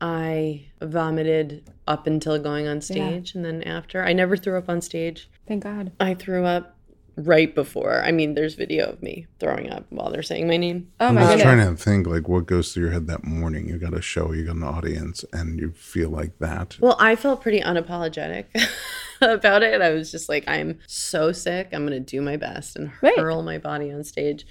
Speaker 2: I vomited up until going on stage and then after. I never threw up on stage.
Speaker 3: Thank God.
Speaker 2: I threw up right before. I mean, there's video of me throwing up while they're saying my name.
Speaker 3: Oh
Speaker 1: I'm
Speaker 3: my
Speaker 1: just
Speaker 3: goodness.
Speaker 1: trying to think like what goes through your head that morning. You got a show, you got an audience, and you feel like that.
Speaker 2: Well, I felt pretty unapologetic [LAUGHS] about it. I was just like, I'm so sick. I'm going to do my best and
Speaker 3: Right.
Speaker 2: hurl my body on stage.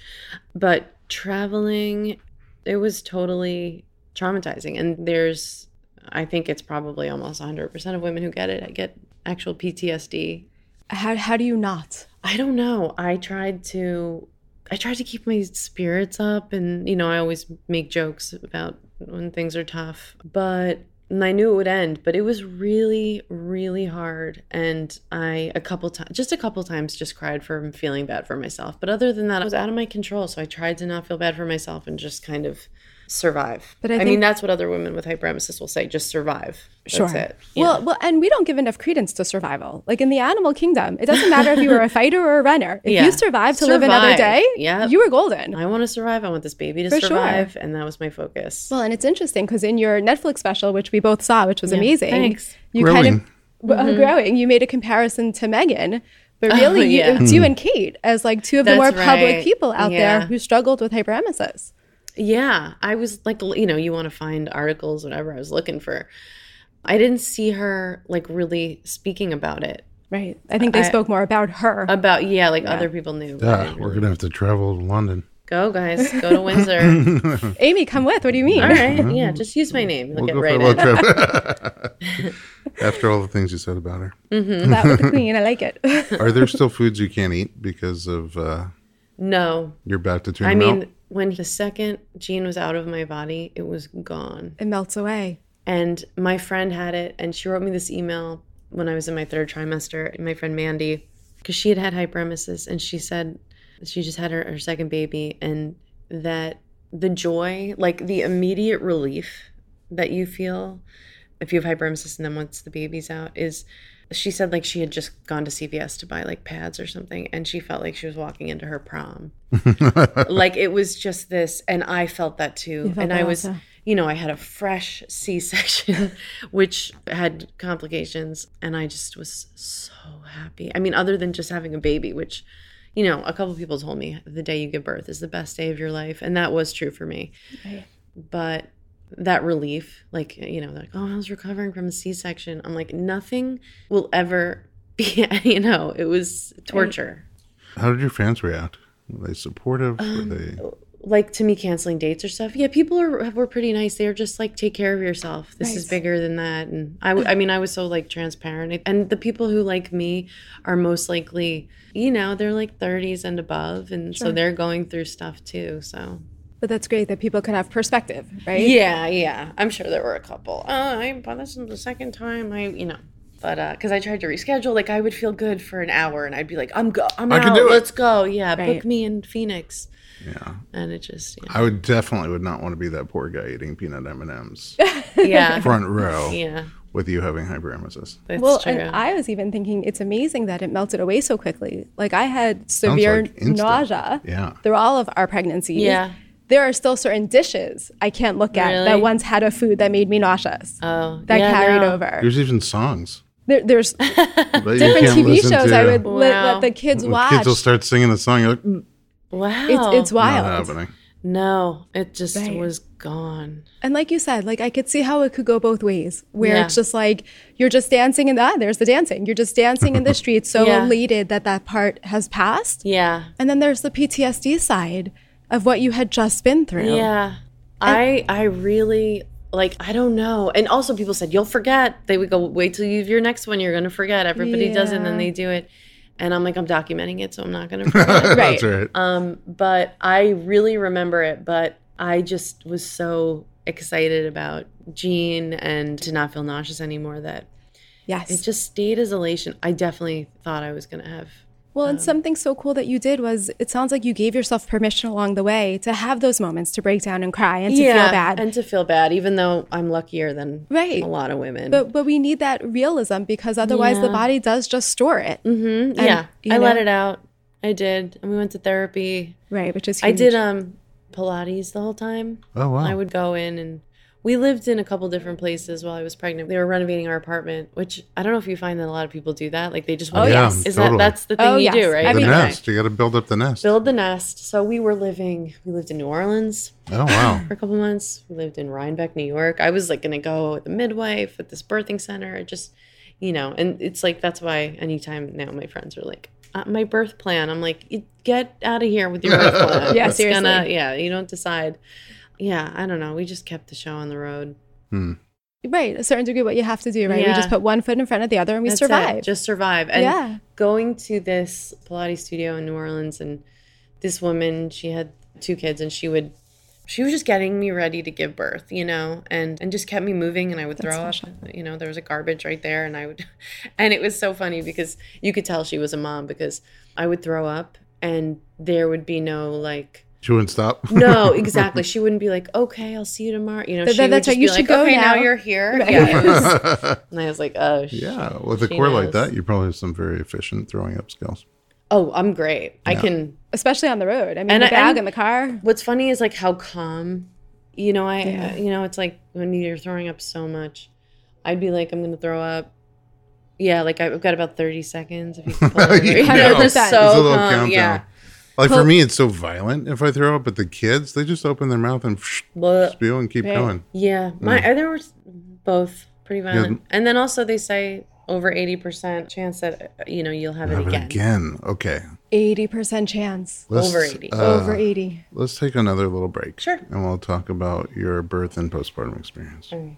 Speaker 2: But traveling, it was totally traumatizing. And there's, I think it's probably almost 100% of women who get it. I get actual PTSD.
Speaker 3: How, how do you not?
Speaker 2: I don't know. I tried to. I tried to keep my spirits up, and you know, I always make jokes about when things are tough. But and I knew it would end, but it was really, really hard. And I, a couple times, just a couple times, just cried from feeling bad for myself. But other than that, I was out of my control. So I tried to not feel bad for myself and just kind of survive.
Speaker 3: But
Speaker 2: But
Speaker 3: I
Speaker 2: I,
Speaker 3: think-
Speaker 2: mean, that's what other women with hyperemesis will say just survive. That's it. you
Speaker 3: Well,
Speaker 2: know?
Speaker 3: well, and we don't give enough credence to survival. Like in the animal kingdom, it doesn't matter if you
Speaker 2: [LAUGHS]
Speaker 3: were a fighter or a runner. If
Speaker 2: Yeah.
Speaker 3: you survived to live another
Speaker 2: Survive.
Speaker 3: day,
Speaker 2: Yep.
Speaker 3: you were golden.
Speaker 2: I want to survive. I want this baby to
Speaker 3: For sure.
Speaker 2: survive. And that was my focus.
Speaker 3: well, and it's interesting because in your Netflix special, which we both saw, which was amazing,
Speaker 2: thanks. Mm-hmm.
Speaker 3: you kind
Speaker 1: Growing.
Speaker 3: of well, uh, growing. You made a comparison to Megan, but really, you-
Speaker 2: Oh, yeah.
Speaker 3: it's you and Kate as like two of the more
Speaker 2: That's
Speaker 3: public
Speaker 2: right.
Speaker 3: people out there
Speaker 2: Yeah.
Speaker 3: who struggled with hyperemesis.
Speaker 2: Yeah, I was like, l- you know, you want to find articles, whatever I was looking for. I didn't see her like really speaking about it.
Speaker 3: Right. I think they
Speaker 2: I-
Speaker 3: spoke more about her.
Speaker 2: About yeah, like other people knew. but I
Speaker 1: Yeah,
Speaker 2: didn't
Speaker 1: we're
Speaker 2: really-
Speaker 1: gonna have to travel to London.
Speaker 2: Go guys, go to
Speaker 1: [LAUGHS]
Speaker 2: Windsor.
Speaker 3: Amy, come with. What do you mean?
Speaker 2: all right, yeah, just use my name.
Speaker 1: We'll
Speaker 2: They'll get
Speaker 1: go for a
Speaker 2: right
Speaker 1: road
Speaker 2: in.
Speaker 1: trip.
Speaker 2: [LAUGHS]
Speaker 1: [LAUGHS] After all the things you said about her,
Speaker 3: That with the [LAUGHS] queen. I like it. [LAUGHS]
Speaker 1: are there still foods you can't eat because of uh,
Speaker 2: No,
Speaker 1: you're about to turn?
Speaker 2: I
Speaker 1: them out?
Speaker 2: mean, when the second gene was out of my body, it was gone.
Speaker 3: it melts away.
Speaker 2: And my friend had it, and she wrote me this email when I was in my third trimester. My friend Mandy, because she had had hyperemesis, and she said she just had her, her second baby, and that the joy, like the immediate relief that you feel if you have hyperemesis, and then once the baby's out, is she said like she had just gone to CVS to buy like pads or something, and she felt like she was walking into her prom like it was just this and i felt that too
Speaker 3: felt
Speaker 2: and
Speaker 3: that
Speaker 2: i was
Speaker 3: also.
Speaker 2: you know i had a fresh c-section [LAUGHS] which had complications and i just was so happy i mean other than just having a baby which you know a couple people told me the day you give birth is the best day of your life and that was true for me but that relief like you know like oh i was recovering from a c-section i'm like nothing will ever be [LAUGHS] you know it was torture
Speaker 1: [LAUGHS] How did your fans react? Were they supportive?
Speaker 2: Um,
Speaker 1: Were they?
Speaker 2: like to me canceling dates or stuff yeah people are were pretty nice they were just like take care of yourself this is
Speaker 3: Right.
Speaker 2: bigger than that and I, w- I mean i was so like transparent and the people who like me are most likely you know they're like 30s and above and so they're going through stuff too so
Speaker 3: But that's great that people can have perspective, right?
Speaker 2: yeah yeah i'm sure there were a couple oh i but this is the second time i you know but uh because i tried to reschedule like i would feel good for an hour and i'd be like i'm go i'm
Speaker 1: I
Speaker 2: out
Speaker 1: can do it.
Speaker 2: let's go yeah
Speaker 3: Right.
Speaker 2: book me in phoenix
Speaker 1: Yeah,
Speaker 2: and it just
Speaker 3: [LAUGHS]
Speaker 2: yeah,
Speaker 1: I would definitely would not want to be that poor guy eating peanut M and M's
Speaker 2: yeah.
Speaker 1: front row
Speaker 2: yeah.
Speaker 1: with you having hyperemesis.
Speaker 2: That's
Speaker 3: Well,
Speaker 2: true.
Speaker 3: and I was even thinking it's amazing that it melted away so quickly. Like I had severe
Speaker 1: like instant.
Speaker 3: nausea
Speaker 1: Yeah.
Speaker 3: through all of our pregnancies.
Speaker 2: Yeah.
Speaker 3: There are still certain dishes I can't look at that
Speaker 2: Really?
Speaker 3: once had a food that made me nauseous.
Speaker 2: oh,
Speaker 3: that
Speaker 2: yeah,
Speaker 3: carried
Speaker 2: no.
Speaker 3: over.
Speaker 1: There's even songs.
Speaker 3: There, there's
Speaker 1: that you
Speaker 3: different
Speaker 1: can't
Speaker 3: TV
Speaker 1: listen
Speaker 3: shows
Speaker 1: to.
Speaker 3: I would
Speaker 1: When
Speaker 3: let,
Speaker 2: Wow.
Speaker 3: let the kids watch.
Speaker 1: Kids will start singing the song. You're like, "Mm,
Speaker 2: Wow.
Speaker 3: it's, it's
Speaker 1: not
Speaker 3: wild.
Speaker 1: happening. [LAUGHS]
Speaker 2: no, it just
Speaker 3: Right.
Speaker 2: was gone.
Speaker 3: And like you said, like I could see how it could go both ways, where
Speaker 2: Yeah.
Speaker 3: it's just like you're just dancing in that. There's the dancing. You're just dancing in the streets, so
Speaker 2: Yeah.
Speaker 3: elated that that part has passed.
Speaker 2: Yeah.
Speaker 3: And then there's the PTSD side of what you had just been through.
Speaker 2: Yeah. I I really like I don't know. And also people said you'll forget. They would go wait till you have your next one you're going to forget. Everybody does it and then
Speaker 3: Yeah.
Speaker 2: they do it. And I'm like I'm documenting it so I'm not going
Speaker 1: [LAUGHS]
Speaker 2: to forget.
Speaker 1: That's right.
Speaker 2: um but I really remember it, but I just was so excited about Gene and to not feel nauseous anymore that
Speaker 3: Yes.
Speaker 2: it just stayed as elation. I definitely thought I was going to have
Speaker 3: well,
Speaker 2: um,
Speaker 3: and something so cool that you did was it sounds like you gave yourself permission along the way to have those moments to break down and cry and to feel bad.
Speaker 2: and to feel bad, even though I'm luckier than
Speaker 3: Right.
Speaker 2: a lot of women.
Speaker 3: but but we need that realism because otherwise the
Speaker 2: Yeah.
Speaker 3: body does just store it.
Speaker 2: Mhm, yeah,
Speaker 3: you
Speaker 2: I let
Speaker 3: know-
Speaker 2: it out. I did, and we went to therapy.
Speaker 3: Right, which is
Speaker 2: I did
Speaker 3: huge.
Speaker 2: um Pilates the whole time.
Speaker 1: Oh wow.
Speaker 2: I would go in and we lived in a couple different places while I was pregnant. They were renovating our apartment, which I don't know if you find that a lot of people do that. Like they just
Speaker 1: Oh,
Speaker 2: want
Speaker 1: yeah,
Speaker 2: is
Speaker 1: totally.
Speaker 2: that that's the thing
Speaker 3: Oh,
Speaker 2: you
Speaker 3: yes.
Speaker 2: do, right?
Speaker 3: I
Speaker 1: the
Speaker 3: mean-
Speaker 1: nest. You got to build up the nest.
Speaker 2: Build the nest. So we were living. We lived in New Orleans.
Speaker 1: oh
Speaker 2: [LAUGHS]
Speaker 1: wow.
Speaker 2: for a couple months. We lived in Rhinebeck, New York. I was like going to go with the midwife at this birthing center. It just, you know, and it's like that's why anytime now my friends are like, uh, my birth plan. I'm like, "You get out of here with your birth plan.
Speaker 3: Yeah,
Speaker 2: It's gonna-
Speaker 3: seriously.
Speaker 2: yeah, you don't decide. Yeah, I don't know. We just kept the show on the road.
Speaker 3: right, a certain degree what you have to do, right? We
Speaker 2: Yeah.
Speaker 3: just put one foot in front of the other and we
Speaker 2: That's it.
Speaker 3: survive.
Speaker 2: Just survive. And
Speaker 3: Yeah.
Speaker 2: going to this Pilates studio in New Orleans, and this woman, she had two kids, and she would, she was just getting me ready to give birth, you know, and and just kept me moving and I would throw up, you know, there was a garbage right there and I would [LAUGHS] and it was so funny because you could tell she was a mom because I would throw up and there would be no like
Speaker 1: She wouldn't stop.
Speaker 3: [LAUGHS]
Speaker 2: no, [LAUGHS] exactly. She wouldn't be like, "Okay, I'll see you tomorrow." You know,
Speaker 3: Th-
Speaker 2: she
Speaker 3: that's
Speaker 2: would
Speaker 3: right.
Speaker 2: just be
Speaker 3: You should
Speaker 2: like,
Speaker 3: go
Speaker 2: "Okay, now.
Speaker 3: now."
Speaker 2: you're here."
Speaker 3: Right.
Speaker 2: Yeah,
Speaker 1: [LAUGHS]
Speaker 2: it was- and I was like, "Oh, sh-
Speaker 1: [LAUGHS] yeah, with a
Speaker 2: She
Speaker 1: core like
Speaker 2: knows.
Speaker 1: that, you probably have some very efficient throwing up skills.
Speaker 2: oh, I'm great. I can."
Speaker 3: especially on the road. I mean,
Speaker 2: And
Speaker 3: the
Speaker 2: I-
Speaker 3: bag
Speaker 2: and-
Speaker 3: in the car.
Speaker 2: What's funny is like how calm, you know. I,
Speaker 3: Yeah.
Speaker 2: you know, it's like when you're throwing up so much, I'd be like, "I'm gonna throw up." Yeah, like I've got about 30 seconds. If you can pull it over.
Speaker 1: You
Speaker 2: You know,
Speaker 3: know.
Speaker 2: they're
Speaker 3: There's a
Speaker 2: so
Speaker 1: little
Speaker 2: calm.
Speaker 1: countdown.
Speaker 2: Oh, Yeah.
Speaker 1: Like for me, it's so violent if I throw up, but the kids, they just open their mouth and [LAUGHS]
Speaker 2: Blech.
Speaker 1: spew and keep
Speaker 3: Right.
Speaker 1: going.
Speaker 2: Yeah, my there were s- both pretty
Speaker 1: Yeah.
Speaker 2: violent, and then also they say over eighty percent chance that uh, you know you'll have,
Speaker 1: Have
Speaker 2: it
Speaker 1: it
Speaker 2: again.
Speaker 1: again. Okay.
Speaker 3: 80% chance.
Speaker 1: Let's, uh,
Speaker 2: Over 80.
Speaker 3: Over 80.
Speaker 1: Let's take another little break.
Speaker 2: Sure.
Speaker 1: And we'll talk about your birth and postpartum experience.
Speaker 2: Okay.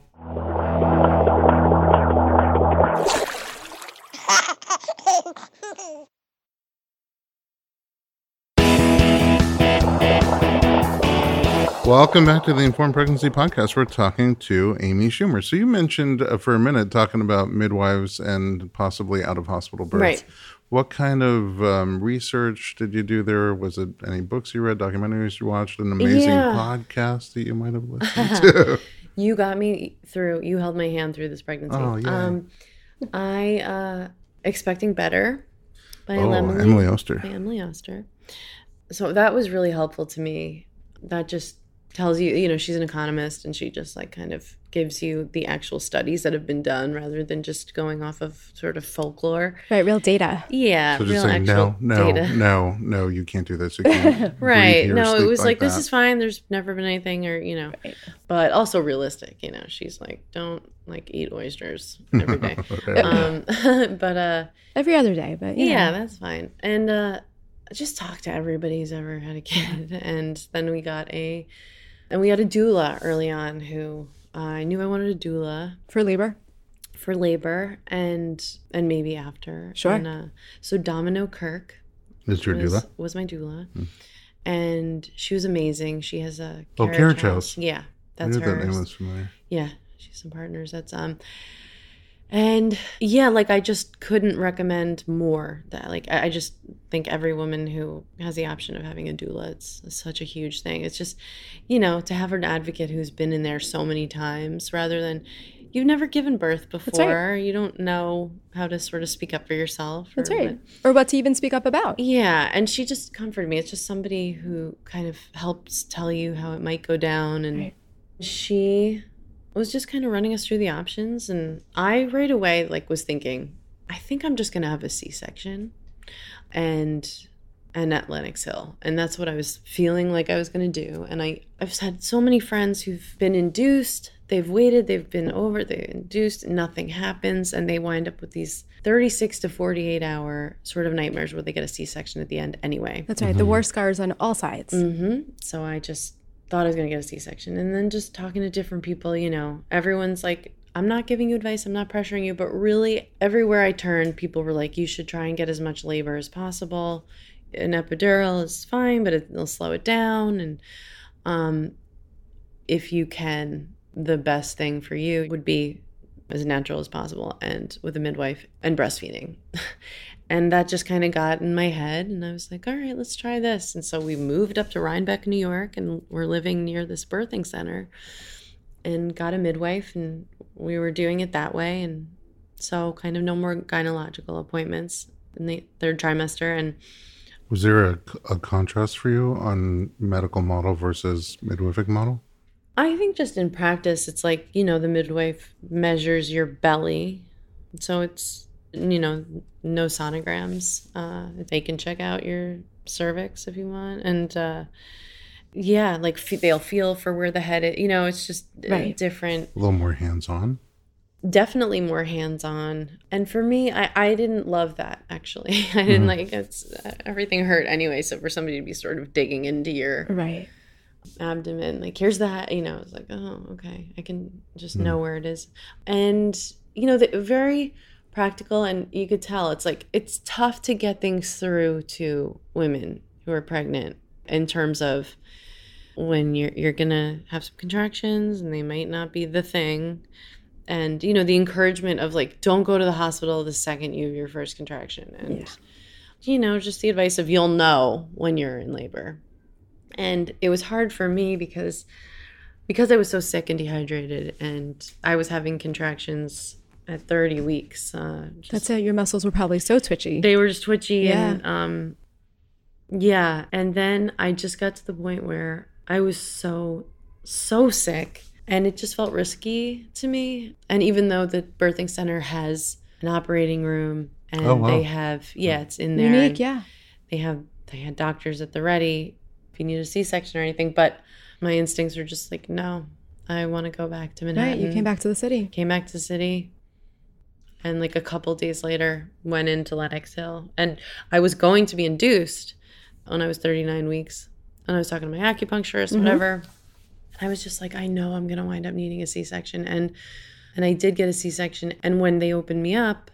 Speaker 1: Welcome back to the Informed Pregnancy Podcast. We're talking to Amy Schumer. So you mentioned uh, for a minute talking about midwives and possibly out of hospital births.
Speaker 2: Right.
Speaker 1: What kind of um, research did you do there? Was it any books you read, documentaries you watched, an amazing
Speaker 2: Yeah.
Speaker 1: podcast that you might have
Speaker 2: [LAUGHS]
Speaker 1: listened to?
Speaker 2: You got me through. You held my hand through this pregnancy.
Speaker 1: Oh, yay.
Speaker 2: Um, I uh, expecting better by
Speaker 1: oh,
Speaker 2: Lemony-
Speaker 1: Emily Oster.
Speaker 2: by Emily Oster. So that was really helpful to me. That just tells you, you know, she's an economist and she just like kind of gives you the actual studies that have been done rather than just going off of sort of folklore.
Speaker 3: Right, real data.
Speaker 2: Yeah,
Speaker 1: So just saying, no, no, no, no, you can't do this. You can't breathe
Speaker 2: [LAUGHS] Right.
Speaker 1: here,
Speaker 2: No, it
Speaker 1: sleep
Speaker 2: was like, this
Speaker 1: that.
Speaker 2: is fine. There's never been anything, or, you know, but also realistic. You know, she's like, don't like eat oysters every day.
Speaker 1: [LAUGHS] Okay.
Speaker 2: um, [LAUGHS] but uh,
Speaker 3: Every other day, but
Speaker 2: yeah.
Speaker 3: yeah.
Speaker 2: that's fine. And uh, just talk to everybody who's ever had a [LAUGHS] kid. And then we got a, and we had a doula early on who I knew I wanted a doula
Speaker 3: For labor.
Speaker 2: for labor and and maybe after.
Speaker 3: Sure.
Speaker 2: And, uh, so Domino Kirk
Speaker 1: Is your
Speaker 2: was,
Speaker 1: doula?
Speaker 2: was my doula,
Speaker 1: Hmm.
Speaker 2: and she was amazing. She has a
Speaker 1: Oh,
Speaker 2: carriage,
Speaker 1: Carriage House.
Speaker 2: house. Yeah, that's
Speaker 1: I knew that name
Speaker 2: hers.
Speaker 1: was familiar.
Speaker 2: Yeah, she's some partners. That's um, and yeah, like I just couldn't recommend more. That like I, I just think every woman who has the option of having a doula, it's, it's such a huge thing. It's just, you know, to have an advocate who's been in there so many times, rather than you've never given birth
Speaker 3: right.
Speaker 2: before, you don't know how to sort of speak up for yourself.
Speaker 3: That's
Speaker 2: or
Speaker 3: right.
Speaker 2: what-
Speaker 3: Or what to even speak up about.
Speaker 2: yeah, and she just comforted me. It's just somebody who kind of helps tell you how it might go down and
Speaker 3: Right.
Speaker 2: she was just kind of running us through the options and I right away like was thinking, I think I'm just going to have a C-section and and at Lenox Hill. And that's what I was feeling like I was going to do. And I, I've had so many friends who've been induced, they've waited, they've been over, they induced, nothing happens. And they wind up with these 36 to 48 hour sort of nightmares where they get a C section at the end anyway.
Speaker 3: That's right.
Speaker 1: Mm-hmm.
Speaker 3: The war scars on all sides.
Speaker 2: Mm-hmm. So I just thought I was going to get a C section. And then just talking to different people, you know, everyone's like, I'm not giving you advice, I'm not pressuring you, but really everywhere I turned, people were like, you should try and get as much labor as possible. An epidural is fine, but it'll slow it down. And um, if you can, the best thing for you would be as natural as possible and with a midwife and breastfeeding. [LAUGHS] and that just kind of got in my head. And I was like, all right, let's try this. And so we moved up to Rhinebeck, New York, and we're living near this birthing center and got a midwife. And we were doing it that way. And so, kind of, no more gynecological appointments in the third trimester. And
Speaker 1: Was there a, a contrast for you on medical model versus midwific model?
Speaker 2: I think just in practice, it's like, you know, the midwife measures your belly. So it's, you know, no sonograms. Uh, they can check out your cervix if you want. And uh, yeah, like fe- they'll feel for where the head is. You know, it's just uh,
Speaker 3: Right.
Speaker 2: different
Speaker 1: A little more hands on.
Speaker 2: definitely more hands-on and for me i, I didn't love that actually [LAUGHS] i didn't like it's uh, everything hurt anyway so for somebody to be sort of digging into your
Speaker 3: Right.
Speaker 2: abdomen like here's that you know it's like oh okay i can just know where it is and you know the, very practical and you could tell it's like it's tough to get things through to women who are pregnant in terms of when you're you're gonna have some contractions and they might not be the thing and you know the encouragement of like don't go to the hospital the second you have your first contraction and you know just the advice of you'll know when you're in labor and it was hard for me because because i was so sick and dehydrated and i was having contractions at 30 weeks uh, just
Speaker 3: That's it. Your muscles were probably so twitchy.
Speaker 2: they were just twitchy and um yeah and then i just got to the point where i was so so sick and it just felt risky to me and even though the birthing center has an operating room and
Speaker 1: Oh, wow.
Speaker 2: they have yeah it's in there and
Speaker 3: Unique, yeah.
Speaker 2: they have they had doctors at the ready if you need a c-section or anything but my instincts were just like no i want to go back to manhattan
Speaker 3: Right. You came back to the city.
Speaker 2: came back to the city and like a couple days later went into Lenox Hill and I was going to be induced when I was 39 weeks and I was talking to my acupuncturist whatever and I was just like I know I'm going to wind up needing a C-section and and I did get a C-section and when they opened me up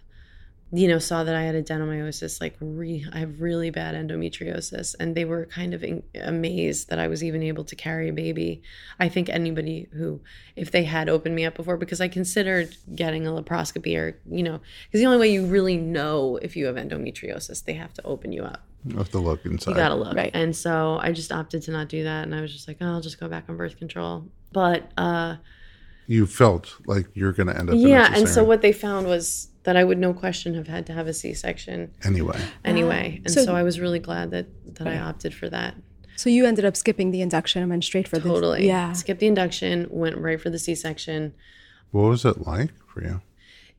Speaker 2: you know saw that I had a adenomyosis like re- I have really bad endometriosis and they were kind of in- amazed that I was even able to carry a baby I think anybody who, if they had opened me up before, because I considered getting a laparoscopy or, you know, because the only way you really know if you have endometriosis, they have to open you up.
Speaker 1: I have to look inside.
Speaker 2: You gotta look.
Speaker 3: Right.
Speaker 2: And so I just opted to not do that. And I was just like, oh, I'll just go back on birth control. But, uh,
Speaker 1: You felt like you're going to end up. in a
Speaker 2: yeah. And so
Speaker 1: cesarean
Speaker 2: what they found was that I would no question have had to have a C section
Speaker 1: Anyway,
Speaker 2: anyway. And so,
Speaker 3: Ah, So-
Speaker 2: I was really glad that, that I opted for that.
Speaker 3: So you ended up skipping the induction and went straight for the
Speaker 2: Totally.
Speaker 3: Yeah.
Speaker 2: Skipped the induction, went right for the C section.
Speaker 1: what was it like for you?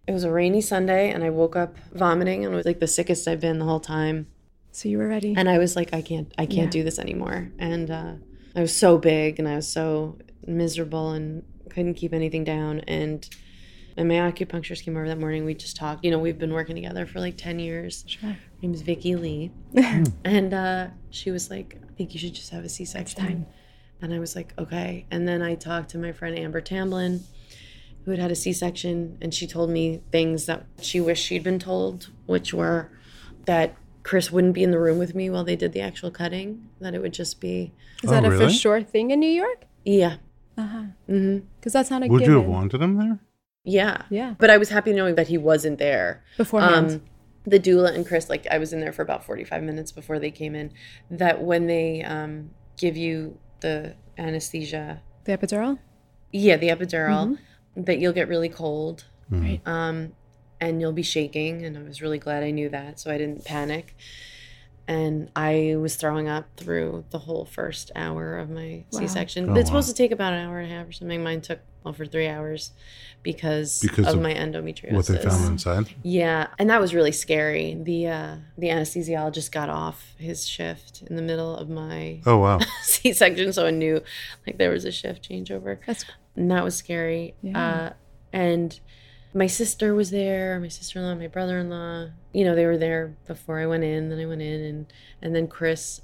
Speaker 2: It was a rainy Sunday, and I woke up vomiting and was like the sickest I've been the whole time.
Speaker 3: So you were ready.
Speaker 2: And I was like, I can't, I can't do this anymore. And uh, I was so big, and I was so miserable, and couldn't keep anything down. And and my acupuncturist came over that morning. We just talked. You know, we've been working together for like ten years. Her name's Vicky Lee, and uh, she was like, I think you should just have a C-section. And I was like, okay. And then I talked to my friend Amber Tamblin who had had a C-section, and she told me things that she wished she'd been told, which were that Chris wouldn't be in the room with me while they did the actual cutting. That it would just be,
Speaker 3: Is
Speaker 1: Oh,
Speaker 3: that a
Speaker 1: really?
Speaker 3: for sure thing in New York?
Speaker 2: yeah,
Speaker 3: Uh huh.
Speaker 2: hmm
Speaker 3: Because that's not a
Speaker 1: Would you have
Speaker 3: given.
Speaker 1: wanted him there?
Speaker 2: yeah,
Speaker 3: Yeah. Oh,
Speaker 2: But I was happy knowing that he wasn't there. Um,
Speaker 3: Beforehand.
Speaker 2: the doula and Chris, like I was in there for about 45 minutes before they came in. That when they um, give you the anesthesia,
Speaker 3: the epidural?
Speaker 2: yeah, the epidural, that you'll get really cold.
Speaker 3: Mm-hmm.
Speaker 1: Mm-hmm.
Speaker 3: Right.
Speaker 2: um, and you'll be shaking. And I was really glad I knew that, so I didn't panic. And I was throwing up through the whole first hour of my
Speaker 3: Wow.
Speaker 2: C-section.
Speaker 1: Oh,
Speaker 2: it's supposed to take about an hour and a half or something. Mine took over three hours because,
Speaker 1: Because
Speaker 2: of,
Speaker 1: of
Speaker 2: my endometriosis.
Speaker 1: What they found inside?
Speaker 2: Yeah, and that was really scary. The uh, the anesthesiologist got off his shift in the middle of my
Speaker 1: Oh
Speaker 2: [LAUGHS]
Speaker 1: wow.
Speaker 2: C-section, so I knew like there was a shift changeover
Speaker 3: That's
Speaker 2: and that was scary. Uh, and my sister was there, my sister in law, my brother in law. You know, they were there before I went in. Then I went in, and and then Chris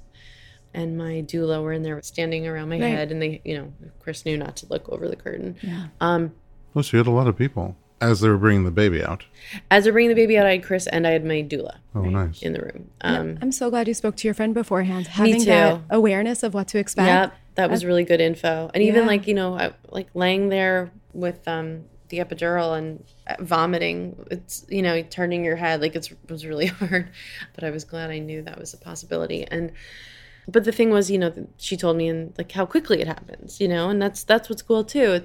Speaker 2: and my doula were in there standing around my
Speaker 3: Right.
Speaker 2: head, and they, you know, Chris knew not to look over the curtain.
Speaker 3: Yeah.
Speaker 2: Um,
Speaker 1: Well, so you had a lot of people as they were bringing the baby out.
Speaker 2: as they're bringing the baby out, I had Chris and I had my doula
Speaker 1: Oh, nice.
Speaker 2: in the room. Um,
Speaker 3: I'm so glad you spoke to your friend beforehand. Having that
Speaker 2: too.
Speaker 3: awareness of what to expect.
Speaker 2: Yep, that was really good info. And even
Speaker 3: Yeah.
Speaker 2: like you know, I, like laying there with um the epidural and uh, vomiting. It's you know turning your head like it's was really [LAUGHS] hard, but I was glad I knew that was a possibility. And but the thing was, you know, she told me and like how quickly it happens, you know, and that's that's what's cool too.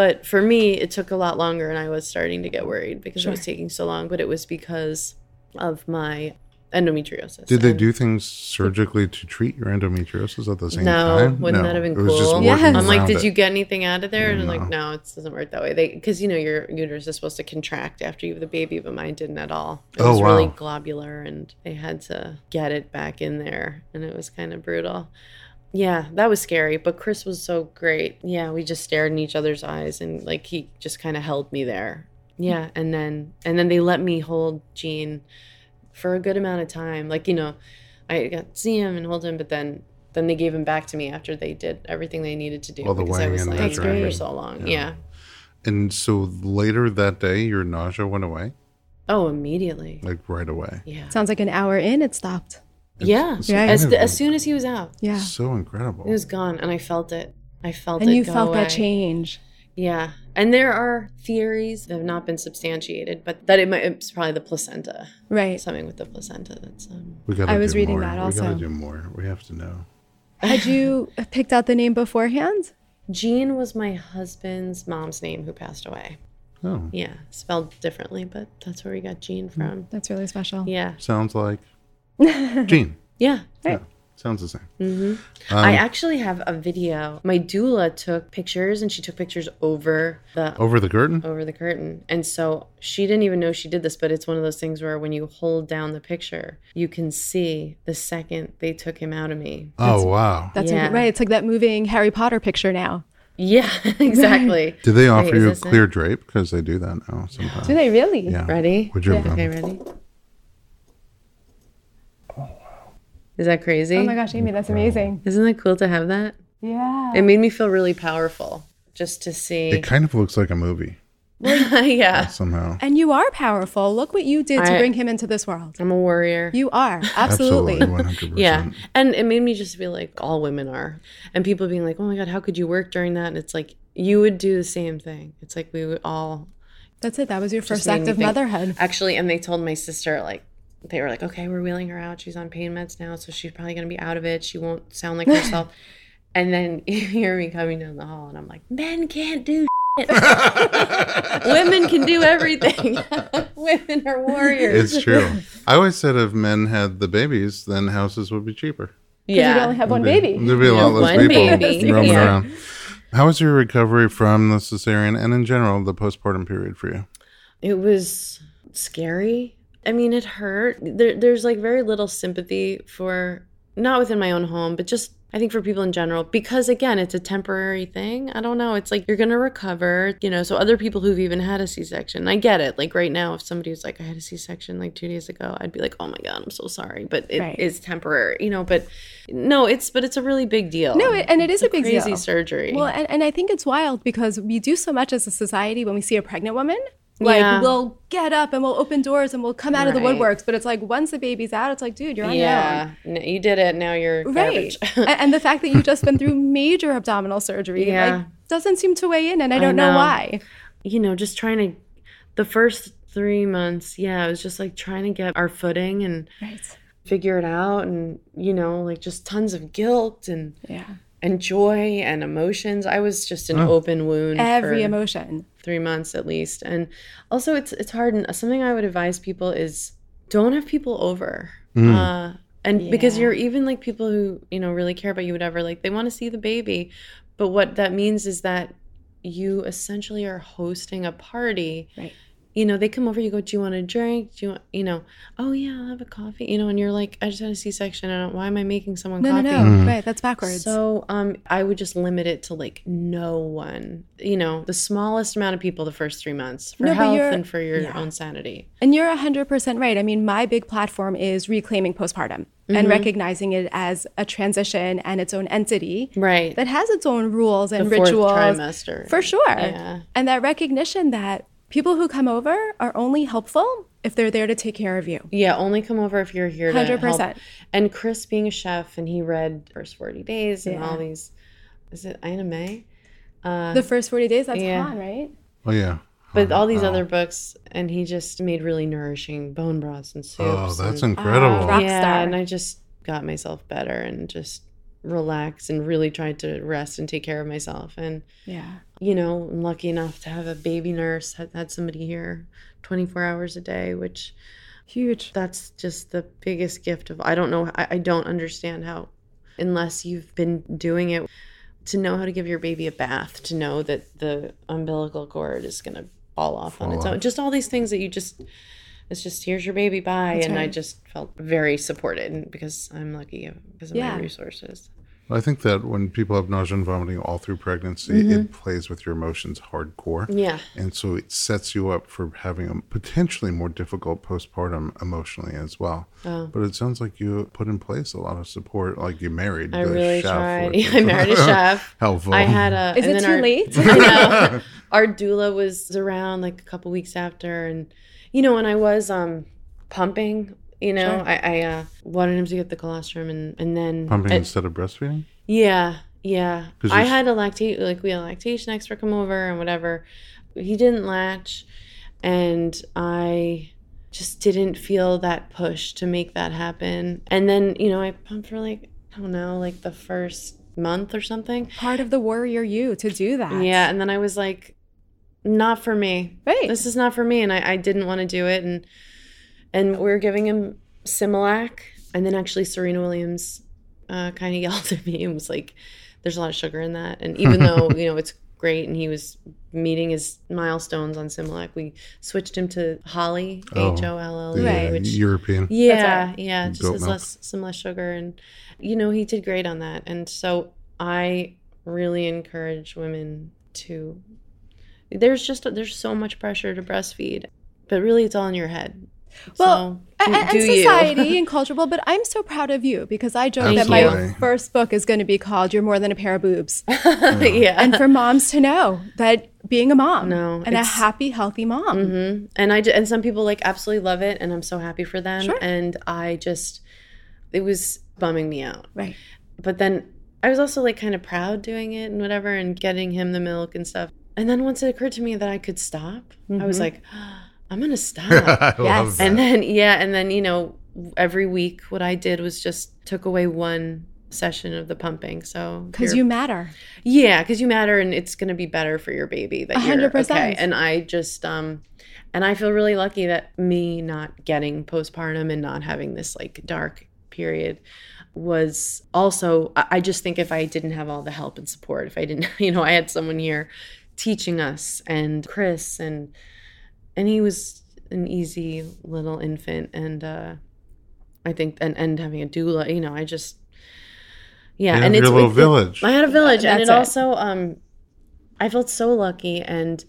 Speaker 2: But for me, it took a lot longer, and I was starting to get worried because it was taking so long. But it was because of my endometriosis.
Speaker 1: Did they
Speaker 2: And-
Speaker 1: do things surgically to treat your endometriosis at the same
Speaker 2: no,
Speaker 1: time?
Speaker 2: wouldn't that have been
Speaker 1: it was just
Speaker 2: cool?
Speaker 1: working
Speaker 3: Yes.
Speaker 2: I'm like,
Speaker 1: around
Speaker 2: did
Speaker 1: it.
Speaker 2: you get anything out of there? And I'm like,
Speaker 1: No.
Speaker 2: no, it doesn't work that way. They because you know your uterus is supposed to contract after you have the baby, but mine didn't at all. It
Speaker 1: Oh,
Speaker 2: was really
Speaker 1: wow.
Speaker 2: globular, and they had to get it back in there, and it was kind of brutal. Yeah, that was scary, but Chris was so great. Yeah, we just stared in each other's eyes, and like he just kind of held me there. Yeah, and then and then they let me hold Gene for a good amount of time. Like, you know, I got to see him and hold him, but then then they gave him back to me after they did everything they needed to do
Speaker 1: All the
Speaker 2: because I
Speaker 1: weighing
Speaker 2: was
Speaker 1: and
Speaker 2: like
Speaker 1: measuring
Speaker 2: for
Speaker 1: and-
Speaker 2: so long. Yeah.
Speaker 1: And so later that day, your nausea went away,
Speaker 2: Oh, immediately.
Speaker 1: like right away.
Speaker 2: Yeah.
Speaker 3: Sounds like an hour in, it stopped.
Speaker 2: yeah.
Speaker 1: it's
Speaker 2: As,
Speaker 1: incredible.
Speaker 2: as soon as he was out,
Speaker 3: Yeah.
Speaker 1: So incredible.
Speaker 2: it was gone, and I felt it. I felt it.
Speaker 3: And you
Speaker 2: go
Speaker 3: felt
Speaker 2: away.
Speaker 3: that change.
Speaker 2: Yeah. And there are theories that have not been substantiated, but that it might, it's probably the placenta, [LAUGHS]
Speaker 3: Right.
Speaker 2: something with the placenta that's, um,
Speaker 1: we gotta
Speaker 3: I was
Speaker 1: do
Speaker 3: reading
Speaker 1: more.
Speaker 3: that
Speaker 1: We gotta
Speaker 3: also.
Speaker 1: do more. We have to know.
Speaker 3: Had you picked out the name beforehand?
Speaker 2: Jean was my husband's mom's name who passed away.
Speaker 1: Oh,
Speaker 2: Yeah. Spelled differently, but that's where we got
Speaker 1: Mm.
Speaker 2: Jean from.
Speaker 3: That's really special.
Speaker 2: Yeah.
Speaker 1: sounds
Speaker 2: [LAUGHS]
Speaker 1: like Gene.
Speaker 2: Yeah.
Speaker 1: Yeah, sounds the same.
Speaker 2: Mm-hmm.
Speaker 1: Um,
Speaker 2: I actually have a video. My doula took pictures and she took pictures over the
Speaker 1: Over the curtain.
Speaker 2: over the curtain. And so she didn't even know she did this, but it's one of those things where when you hold down the picture, you can see the second they took him out of me.
Speaker 1: Oh wow.
Speaker 3: That's
Speaker 2: Yeah.
Speaker 3: a- right. It's like that moving Harry Potter picture now.
Speaker 2: Yeah, [LAUGHS] exactly.
Speaker 1: Do they offer
Speaker 2: is
Speaker 1: you a
Speaker 2: this it?
Speaker 1: clear drape? Because they do that now
Speaker 2: [GASPS]
Speaker 1: sometimes.
Speaker 3: Do they really?
Speaker 1: Yeah.
Speaker 2: Ready?
Speaker 1: Would you have
Speaker 2: Okay,
Speaker 1: done?
Speaker 2: ready? Is that crazy?
Speaker 3: Oh my gosh, Amy, that's amazing.
Speaker 2: Isn't that cool to have that?
Speaker 3: Yeah.
Speaker 2: It made me feel really powerful just to see.
Speaker 1: It kind of looks like a movie
Speaker 2: [LAUGHS] yeah.
Speaker 1: somehow.
Speaker 3: And you are powerful. Look what you did to
Speaker 2: I-
Speaker 3: bring him into this world.
Speaker 2: I'm a warrior.
Speaker 3: You are. Absolutely.
Speaker 1: Absolutely, one hundred
Speaker 2: Yeah.
Speaker 1: percent.
Speaker 2: And it made me just feel like all women are. And people being like, oh my God, how could you work during that? And it's like, you would do the same thing. It's like we would all
Speaker 3: That's it. That was your first
Speaker 2: made
Speaker 3: act
Speaker 2: me
Speaker 3: of
Speaker 2: think-
Speaker 3: motherhood.
Speaker 2: actually, and they told my sister, like, they were like, okay, we're wheeling her out. She's on pain meds now. So she's probably going to be out of it. She won't sound [LAUGHS] like herself. and then [LAUGHS] you hear me coming down the hall, and I'm like, men can't do shit. Women can do [LAUGHS] everything. Women are warriors.
Speaker 1: [LAUGHS] It's true. I always said if men had the babies, then houses would be cheaper.
Speaker 3: You only have one baby.
Speaker 1: There'd be a lot less
Speaker 2: One
Speaker 1: people
Speaker 2: baby.
Speaker 1: roaming
Speaker 2: Yeah.
Speaker 1: around. How was your recovery from the cesarean and in general the postpartum period for you?
Speaker 2: It was scary. I mean, it hurt. There, there's like very little sympathy for, not within my own home, but just I think for people in general, because again, it's a temporary thing. I don't know. It's like you're going to recover, you know. So, other people who've even had a C section, I get it. Like right now, if somebody was like, I had a C section like two days ago, I'd be like, oh my God, I'm so sorry. But it is
Speaker 3: Right.
Speaker 2: temporary, you know. But no, it's, but it's a really big deal.
Speaker 3: No, it, and it is a big
Speaker 2: crazy
Speaker 3: deal.
Speaker 2: surgery.
Speaker 3: Well, and, and I think it's wild because we do so much as a society when we see a pregnant woman. Like
Speaker 2: Yeah.
Speaker 3: we'll get up and we'll open doors and we'll come out of the
Speaker 2: Right.
Speaker 3: woodworks, but it's like once the baby's out, it's like, dude, you're on
Speaker 2: yeah. N- You did it. Now you're
Speaker 3: your own. Right.
Speaker 2: garbage. [LAUGHS]
Speaker 3: A- and, the fact that you've just been through major abdominal surgery
Speaker 2: Yeah.
Speaker 3: like, doesn't seem to weigh in, and I don't know.
Speaker 2: know.
Speaker 3: why.
Speaker 2: you know, just trying to the first three months, yeah, it was just like trying to get our footing and
Speaker 3: Right.
Speaker 2: figure it out and you know, like just tons of guilt and
Speaker 3: Yeah.
Speaker 2: and joy and emotions. I was just an open wound
Speaker 3: Every
Speaker 2: for
Speaker 3: emotion.
Speaker 2: three months at least. And also it's it's hard and something I would advise people is don't have people over. Uh and because you're even like people who, you know, really care about you, whatever, like they want to see the baby. But what that means is that you essentially are hosting a party
Speaker 3: Right.
Speaker 2: you know, they come over, you go, Do you want a drink? Do you want, you know, oh yeah, I'll have a coffee, you know, and you're like, I just had a C section. I don't, why am I making someone
Speaker 3: No, no,
Speaker 2: coffee?
Speaker 3: no. Mm. Right. That's backwards.
Speaker 2: So um, I would just limit it to like no one, you know, the smallest amount of people the first three months for
Speaker 3: No, but
Speaker 2: health
Speaker 3: you're-
Speaker 2: and for your own sanity.
Speaker 3: And you're 100% right. I mean, my big platform is reclaiming postpartum
Speaker 2: Mm-hmm.
Speaker 3: and recognizing it as a transition and its own entity
Speaker 2: Right.
Speaker 3: that has its own rules and
Speaker 2: fourth
Speaker 3: rituals.
Speaker 2: trimester.
Speaker 3: For sure.
Speaker 2: Yeah.
Speaker 3: And that recognition that people who come over are only helpful if they're there to take care of you.
Speaker 2: Yeah, only come over if you're here to 100%.
Speaker 3: 100%.
Speaker 2: And Chris being a chef and he read First 40 Days and all these, is it Ina May?
Speaker 3: the first 40 days, that's
Speaker 2: Uh, yeah.
Speaker 3: Han, right?
Speaker 1: Oh yeah.
Speaker 2: But all these other books, and he just made really nourishing bone broths and soups.
Speaker 1: Oh, that's
Speaker 2: and- Ah,
Speaker 1: incredible.
Speaker 3: rock
Speaker 2: yeah,
Speaker 3: star.
Speaker 2: and I just got myself better and just relaxed and really tried to rest and take care of myself. And
Speaker 3: Yeah.
Speaker 2: you know, I'm lucky enough to have a baby nurse, had, had somebody here 24 hours a day, which
Speaker 3: Huge.
Speaker 2: that's just the biggest gift of. I don't know. I, I don't understand how, unless you've been doing it, to know how to give your baby a bath, to know that the umbilical cord is going to fall off on its own. Just all these things that you just. It's just here's your baby, bye, and I
Speaker 3: right.
Speaker 2: just felt very supported and- because I'm lucky because of
Speaker 3: Yeah.
Speaker 2: my resources.
Speaker 1: I think that when people have nausea and vomiting all through pregnancy,
Speaker 2: Mm-hmm.
Speaker 1: it plays with your emotions hardcore.
Speaker 2: Yeah,
Speaker 1: And so it sets you up for having a potentially more difficult postpartum emotionally as well.
Speaker 2: Oh.
Speaker 1: But it sounds like you put in place a lot of support. Like you married
Speaker 2: I
Speaker 1: the
Speaker 2: really
Speaker 1: chef,
Speaker 2: tried. [LAUGHS]
Speaker 1: which
Speaker 2: I married
Speaker 1: [LAUGHS]
Speaker 2: a chef.
Speaker 1: Helpful.
Speaker 2: I had a.
Speaker 3: Is
Speaker 2: and
Speaker 3: it
Speaker 2: then
Speaker 3: too
Speaker 2: our-
Speaker 3: late?
Speaker 2: [LAUGHS] I know. Our doula was around like a couple weeks after, and you know, and I was um pumping You know,
Speaker 3: Sure.
Speaker 2: I, I uh, wanted him to get the colostrum and, and then.
Speaker 1: Pumping
Speaker 2: and-
Speaker 1: instead of breastfeeding?
Speaker 2: yeah, yeah.
Speaker 1: 'Cause
Speaker 2: I
Speaker 1: there's-
Speaker 2: had a lactate, like, we had a lactation expert come over and whatever. He didn't latch. And I just didn't feel that push to make that happen. And then, you know, I pumped for like, I don't know, like the first month or something.
Speaker 3: Part of the warrior you to do that.
Speaker 2: Yeah, and then I was like, not for me.
Speaker 3: Right.
Speaker 2: This is not for me, and I, I didn't want to do it. And and we were giving him Similac, and then actually Serena Williams uh, kind of [LAUGHS] yelled at me and was like, "There's a lot of sugar in that." And even though you know it's great, and he was meeting his milestones on Similac, we switched him to Holly
Speaker 1: Oh,
Speaker 2: H O L L
Speaker 1: The,
Speaker 2: E,
Speaker 1: uh,
Speaker 3: Right.
Speaker 2: which
Speaker 1: European.
Speaker 2: yeah, yeah, just
Speaker 1: Goat
Speaker 2: has
Speaker 1: milk.
Speaker 2: less some less sugar, and you know he did great on that. And so I really encourage women to. There's just there's so much pressure to breastfeed, but really it's all in your head.
Speaker 3: Well,
Speaker 2: so,
Speaker 3: and,
Speaker 2: do-
Speaker 3: and
Speaker 2: do you. [LAUGHS]
Speaker 3: society and cultural, but I'm so proud of you because I joke that my
Speaker 1: Absolutely.
Speaker 3: first book is going to be called "You're More Than a Pair
Speaker 2: [LAUGHS]
Speaker 3: of Boobs,"
Speaker 2: yeah.
Speaker 3: and for moms to know that being a mom
Speaker 2: No,
Speaker 3: and a
Speaker 2: it's-
Speaker 3: happy, healthy mom.
Speaker 2: hmm And I ju- and some people like absolutely love it, and I'm so happy for them.
Speaker 3: Sure.
Speaker 2: And I just it was bumming me out.
Speaker 3: Right.
Speaker 2: but then I was also like kind of proud doing it and whatever and getting him the milk and stuff. And then once it occurred to me that I could stop, I
Speaker 3: Mm-hmm.
Speaker 2: was like, I'm going to
Speaker 3: [LAUGHS]
Speaker 1: [LAUGHS]
Speaker 2: stop.
Speaker 1: I love
Speaker 3: Yes.
Speaker 1: that.
Speaker 2: and then, yeah. And then, you know, every week what I did was just took away one session of the pumping. So,
Speaker 3: Because
Speaker 2: you're-
Speaker 3: you matter.
Speaker 2: yeah, because you matter, and it's going to be better for your baby that you are
Speaker 3: 100%.
Speaker 2: okay. And I just, um, and I feel really lucky that me not getting postpartum and not having this like dark period was also. I I just think if I didn't have all the help and support, if I didn't, [LAUGHS] you know, I had someone here teaching us, and Chris, and and he was an easy little infant, and uh, I think, and and having a doula, you know, I just.
Speaker 1: You
Speaker 2: Yeah,
Speaker 1: have
Speaker 2: and
Speaker 1: your
Speaker 2: it's
Speaker 1: little
Speaker 2: it- it-
Speaker 1: village.
Speaker 2: I had a village, and it,
Speaker 3: That's it.
Speaker 2: also um, I felt so lucky. And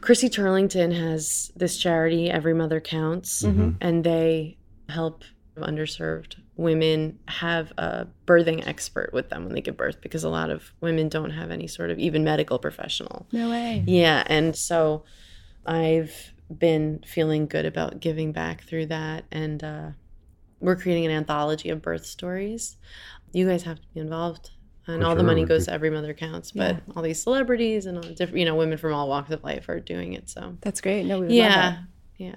Speaker 2: Chrissy Turlington has this charity, Every Mother Counts,
Speaker 3: Mm-hmm.
Speaker 1: Mhm.
Speaker 2: and they help underserved women have a birthing expert with them when they give birth because a lot of women don't have any sort of even medical professional.
Speaker 3: No way.
Speaker 2: Yeah, and so I've been feeling good about giving back through that, and uh, we're creating an anthology of birth stories. You guys have to be involved, and
Speaker 1: For
Speaker 2: all the
Speaker 1: sure,
Speaker 2: money
Speaker 1: we'd
Speaker 2: goes
Speaker 1: be-
Speaker 2: to Every Mother Counts. But all these celebrities and all the different, you know, women from all walks of life are doing it. So
Speaker 3: That's great. No, we would love it.
Speaker 2: yeah, yeah,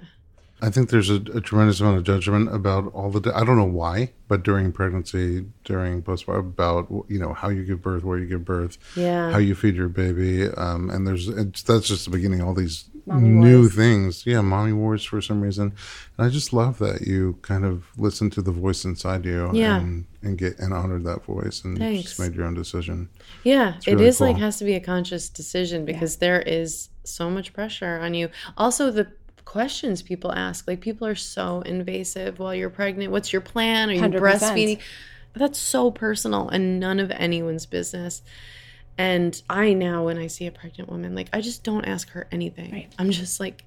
Speaker 1: I think there's a, a tremendous amount of judgment about all the. I don't know why, but during pregnancy, during postpartum, about you know how you give birth, where you give birth,
Speaker 2: yeah.
Speaker 1: how you feed your baby, um, and there's it's, that's just the beginning. All these
Speaker 3: Mommy
Speaker 1: new
Speaker 3: wars.
Speaker 1: things, yeah, mommy wars for some reason, and I just love that you kind of listen to the voice inside you,
Speaker 2: Yeah.
Speaker 1: and, and get and honored that voice, and just
Speaker 2: Thanks.
Speaker 1: made your own decision.
Speaker 2: Yeah, it
Speaker 1: really
Speaker 2: is like
Speaker 1: cool.
Speaker 2: has to be a conscious decision because there is so much pressure on you. Also, the questions people ask, like people are so invasive while you're pregnant. What's your plan? Are you
Speaker 3: 100%.
Speaker 2: breastfeeding? But that's so personal and none of anyone's business. And I now, when I see a pregnant woman, like I just don't ask her anything.
Speaker 3: Right.
Speaker 2: I'm just like,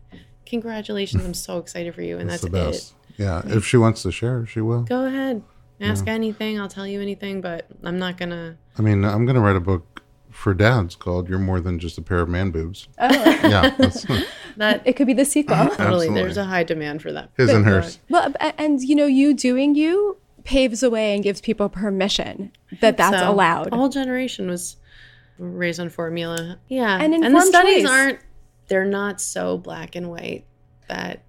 Speaker 2: congratulations, I'm so excited for you, and
Speaker 1: It's
Speaker 2: that's,
Speaker 1: the
Speaker 2: it.
Speaker 1: best. Yeah, if she wants to share, she will.
Speaker 2: Go ahead, ask anything. I'll tell you anything, but I'm not gonna.
Speaker 1: I mean, I'm gonna write a book for dads called "You're More Than Just a Pair of Man Boobs."
Speaker 3: Oh,
Speaker 1: [LAUGHS] yeah,
Speaker 2: [LAUGHS]
Speaker 1: that's
Speaker 2: That
Speaker 3: it could be
Speaker 1: [LAUGHS]
Speaker 3: the sequel.
Speaker 2: Totally.
Speaker 1: Absolutely.
Speaker 2: There's a high demand for that.
Speaker 1: his and hers.
Speaker 3: well, a- and you know, you doing you paves the way and gives people permission that that's
Speaker 2: So,
Speaker 3: allowed.
Speaker 2: The whole generation was raised on formula. Yeah.
Speaker 3: And
Speaker 2: and the
Speaker 3: informed
Speaker 2: studies
Speaker 3: choice.
Speaker 2: aren't, they're not so black and white that,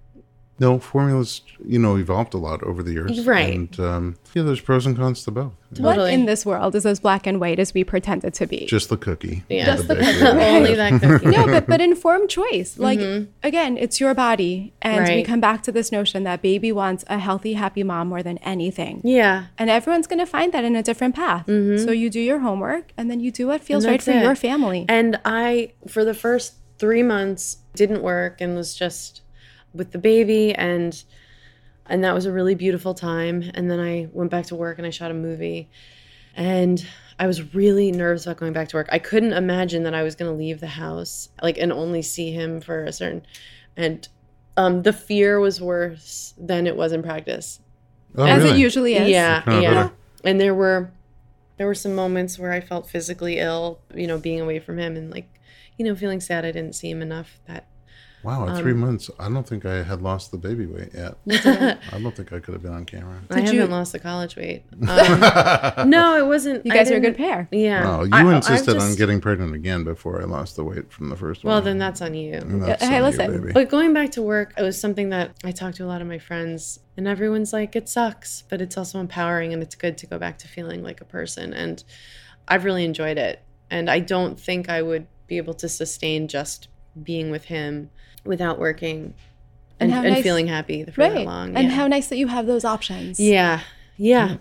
Speaker 1: No, formulas, you know, evolved a lot over the years.
Speaker 2: Right.
Speaker 1: And um, yeah, there's pros and cons to both.
Speaker 3: What
Speaker 2: Totally.
Speaker 3: in this world is as black and white as we pretend it to be?
Speaker 1: Just the cookie.
Speaker 2: yeah.
Speaker 1: Not the bakery.
Speaker 2: Only that cookie.
Speaker 3: no, but [LAUGHS] but informed choice. Like again, it's your body, and we
Speaker 2: Mm-hmm. Right.
Speaker 3: come back to this notion that baby wants a healthy, happy mom more than anything.
Speaker 2: Yeah. Mm-hmm.
Speaker 3: And everyone's going to find that in a different path. So you do your homework, and then you do what feels right
Speaker 2: that's
Speaker 3: for your
Speaker 2: it.
Speaker 3: family.
Speaker 2: And I, for the first three months, didn't work and was just with the baby and and that was a really beautiful time. And then I went back to work and I shot a movie. And I was really nervous about going back to work. I couldn't imagine that I was going to leave the house like and only see him for a certain and um the fear was worse than it was in practice.
Speaker 1: Oh,
Speaker 3: as it
Speaker 1: really?
Speaker 3: usually is. [LAUGHS]
Speaker 2: Yeah,
Speaker 1: Kinda
Speaker 2: yeah.
Speaker 1: better.
Speaker 2: And there were there were some moments where I felt physically ill, you know, being away from him and like, you know, feeling sad I didn't see him enough that [LAUGHS]
Speaker 1: Wow, at three months, I don't think I had lost the baby weight yet.
Speaker 3: [LAUGHS] didn't.
Speaker 1: I don't think I could have been on
Speaker 2: [LAUGHS]
Speaker 1: camera.
Speaker 2: I haven't
Speaker 3: you-
Speaker 2: lost the
Speaker 1: [LAUGHS]
Speaker 2: college weight. Um, no, it wasn't.
Speaker 3: You
Speaker 2: I
Speaker 3: guys are a
Speaker 2: didn't-
Speaker 3: good pair.
Speaker 2: Yeah.
Speaker 1: No, you
Speaker 2: I- I've
Speaker 1: insisted on
Speaker 2: just-
Speaker 1: getting pregnant again before I lost the weight from the first
Speaker 2: Well,
Speaker 1: one.
Speaker 2: then that's on you.
Speaker 1: And that's on
Speaker 3: Hey,
Speaker 1: you,
Speaker 3: listen,
Speaker 1: baby.
Speaker 2: But going back to work, it was something that I talked to a lot of my friends, and everyone's like, it sucks, but it's also empowering and it's good to go back to feeling like a person. And I've really enjoyed it. And I don't think I would be able to sustain just being with him without working and,
Speaker 3: And how
Speaker 2: and
Speaker 3: nice-
Speaker 2: feeling happy for that
Speaker 3: Right.
Speaker 2: long.
Speaker 3: And
Speaker 2: yeah.
Speaker 3: how nice that you have those options.
Speaker 2: Yeah. Yeah.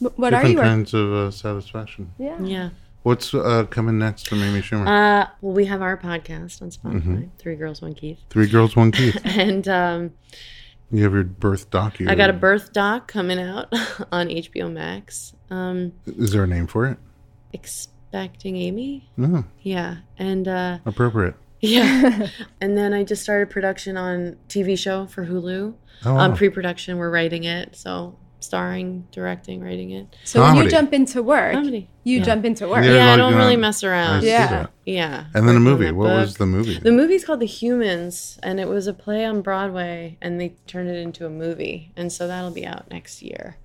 Speaker 3: Wh- What are
Speaker 1: Different
Speaker 3: you working?
Speaker 1: kinds of uh, satisfaction.
Speaker 3: Yeah.
Speaker 2: Yeah.
Speaker 1: What's uh, coming next from Amy Schumer?
Speaker 2: Uh, well, we have our podcast on Spotify, Three Girls, One Keith. [LAUGHS]
Speaker 1: Three girls, one Keith.
Speaker 2: And um,
Speaker 1: You have your birth docu.
Speaker 2: I got a birth doc coming out [LAUGHS] on HBO Max. Um,
Speaker 1: Is there a name for it?
Speaker 2: expecting Amy.
Speaker 1: No,
Speaker 2: Yeah. And
Speaker 3: [LAUGHS]
Speaker 2: uh,
Speaker 1: appropriate.
Speaker 2: yeah. and then I just started production on TV show for Hulu.
Speaker 1: Oh,
Speaker 2: Um,
Speaker 1: wow.
Speaker 2: pre-production, we're writing it. So starring, directing, writing it.
Speaker 3: So when
Speaker 1: Comedy.
Speaker 3: you jump into work,
Speaker 2: Comedy.
Speaker 3: you jump into work.
Speaker 1: Yeah,
Speaker 2: Yeah, I
Speaker 1: like,
Speaker 2: don't
Speaker 1: you know,
Speaker 2: really mess around.
Speaker 1: see
Speaker 3: Yeah.
Speaker 1: that.
Speaker 2: Yeah.
Speaker 1: And then a
Speaker 2: Working on
Speaker 1: movie.
Speaker 2: that
Speaker 1: What was
Speaker 2: book.
Speaker 1: the movie?
Speaker 2: The movie's called The Humans, and it was a play on Broadway, and they turned it into a movie, and so that'll be out next year.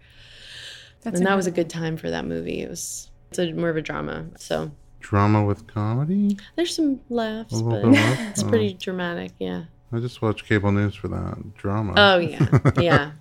Speaker 3: That's
Speaker 2: and that was a good time for that movie. It was it's a, more of a drama, so
Speaker 1: Drama with comedy?
Speaker 2: there's some laughs,
Speaker 1: A little
Speaker 2: but
Speaker 1: bit of love?
Speaker 2: it's
Speaker 1: Oh.
Speaker 2: pretty dramatic. Yeah.
Speaker 1: I just watch cable news for that drama. [LAUGHS]
Speaker 2: Oh yeah, yeah,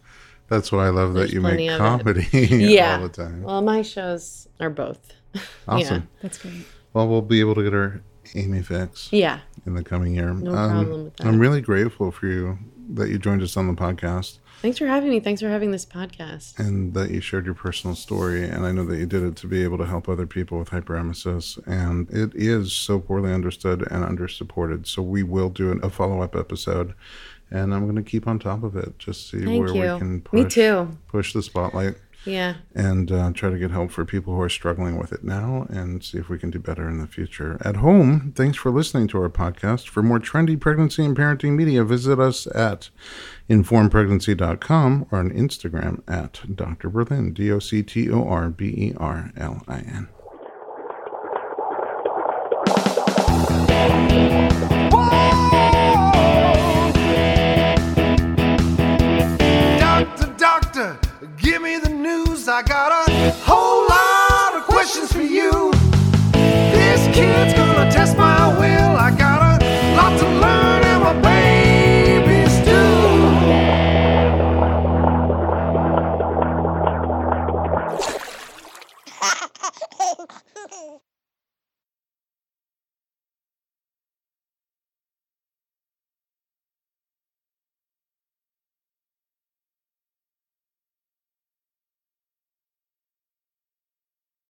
Speaker 1: That's why I love that
Speaker 2: There's
Speaker 1: you make
Speaker 2: plenty of it.
Speaker 1: comedy [LAUGHS]
Speaker 2: yeah.
Speaker 1: all the time.
Speaker 2: Well, my shows are both. [LAUGHS]
Speaker 1: Awesome.
Speaker 3: That's great.
Speaker 1: Well, we'll be able to get our Amy fix
Speaker 2: Yeah.
Speaker 1: in the coming year. No
Speaker 2: problem with that.
Speaker 1: I'm really grateful for you that you joined us on the podcast
Speaker 2: Thanks for having me. Thanks for having this podcast.
Speaker 1: and that you shared your personal story. And I know that you did it to be able to help other people with hyperemesis. And it is so poorly understood and under supported. So we will do an- a follow up episode. And I'm going to keep on top of it, just see
Speaker 2: Thank
Speaker 1: where we can
Speaker 2: you.
Speaker 1: push,
Speaker 2: Me too.
Speaker 1: push the spotlight
Speaker 2: Yeah.
Speaker 1: and uh, try to get help for people who are struggling with it now and see if we can do better in the future. At home, thanks for listening to our podcast. For more trendy pregnancy and parenting media, visit us at informedpregnancy.com or on Instagram at Dr. Berlin, D O C T O R B E R L I N.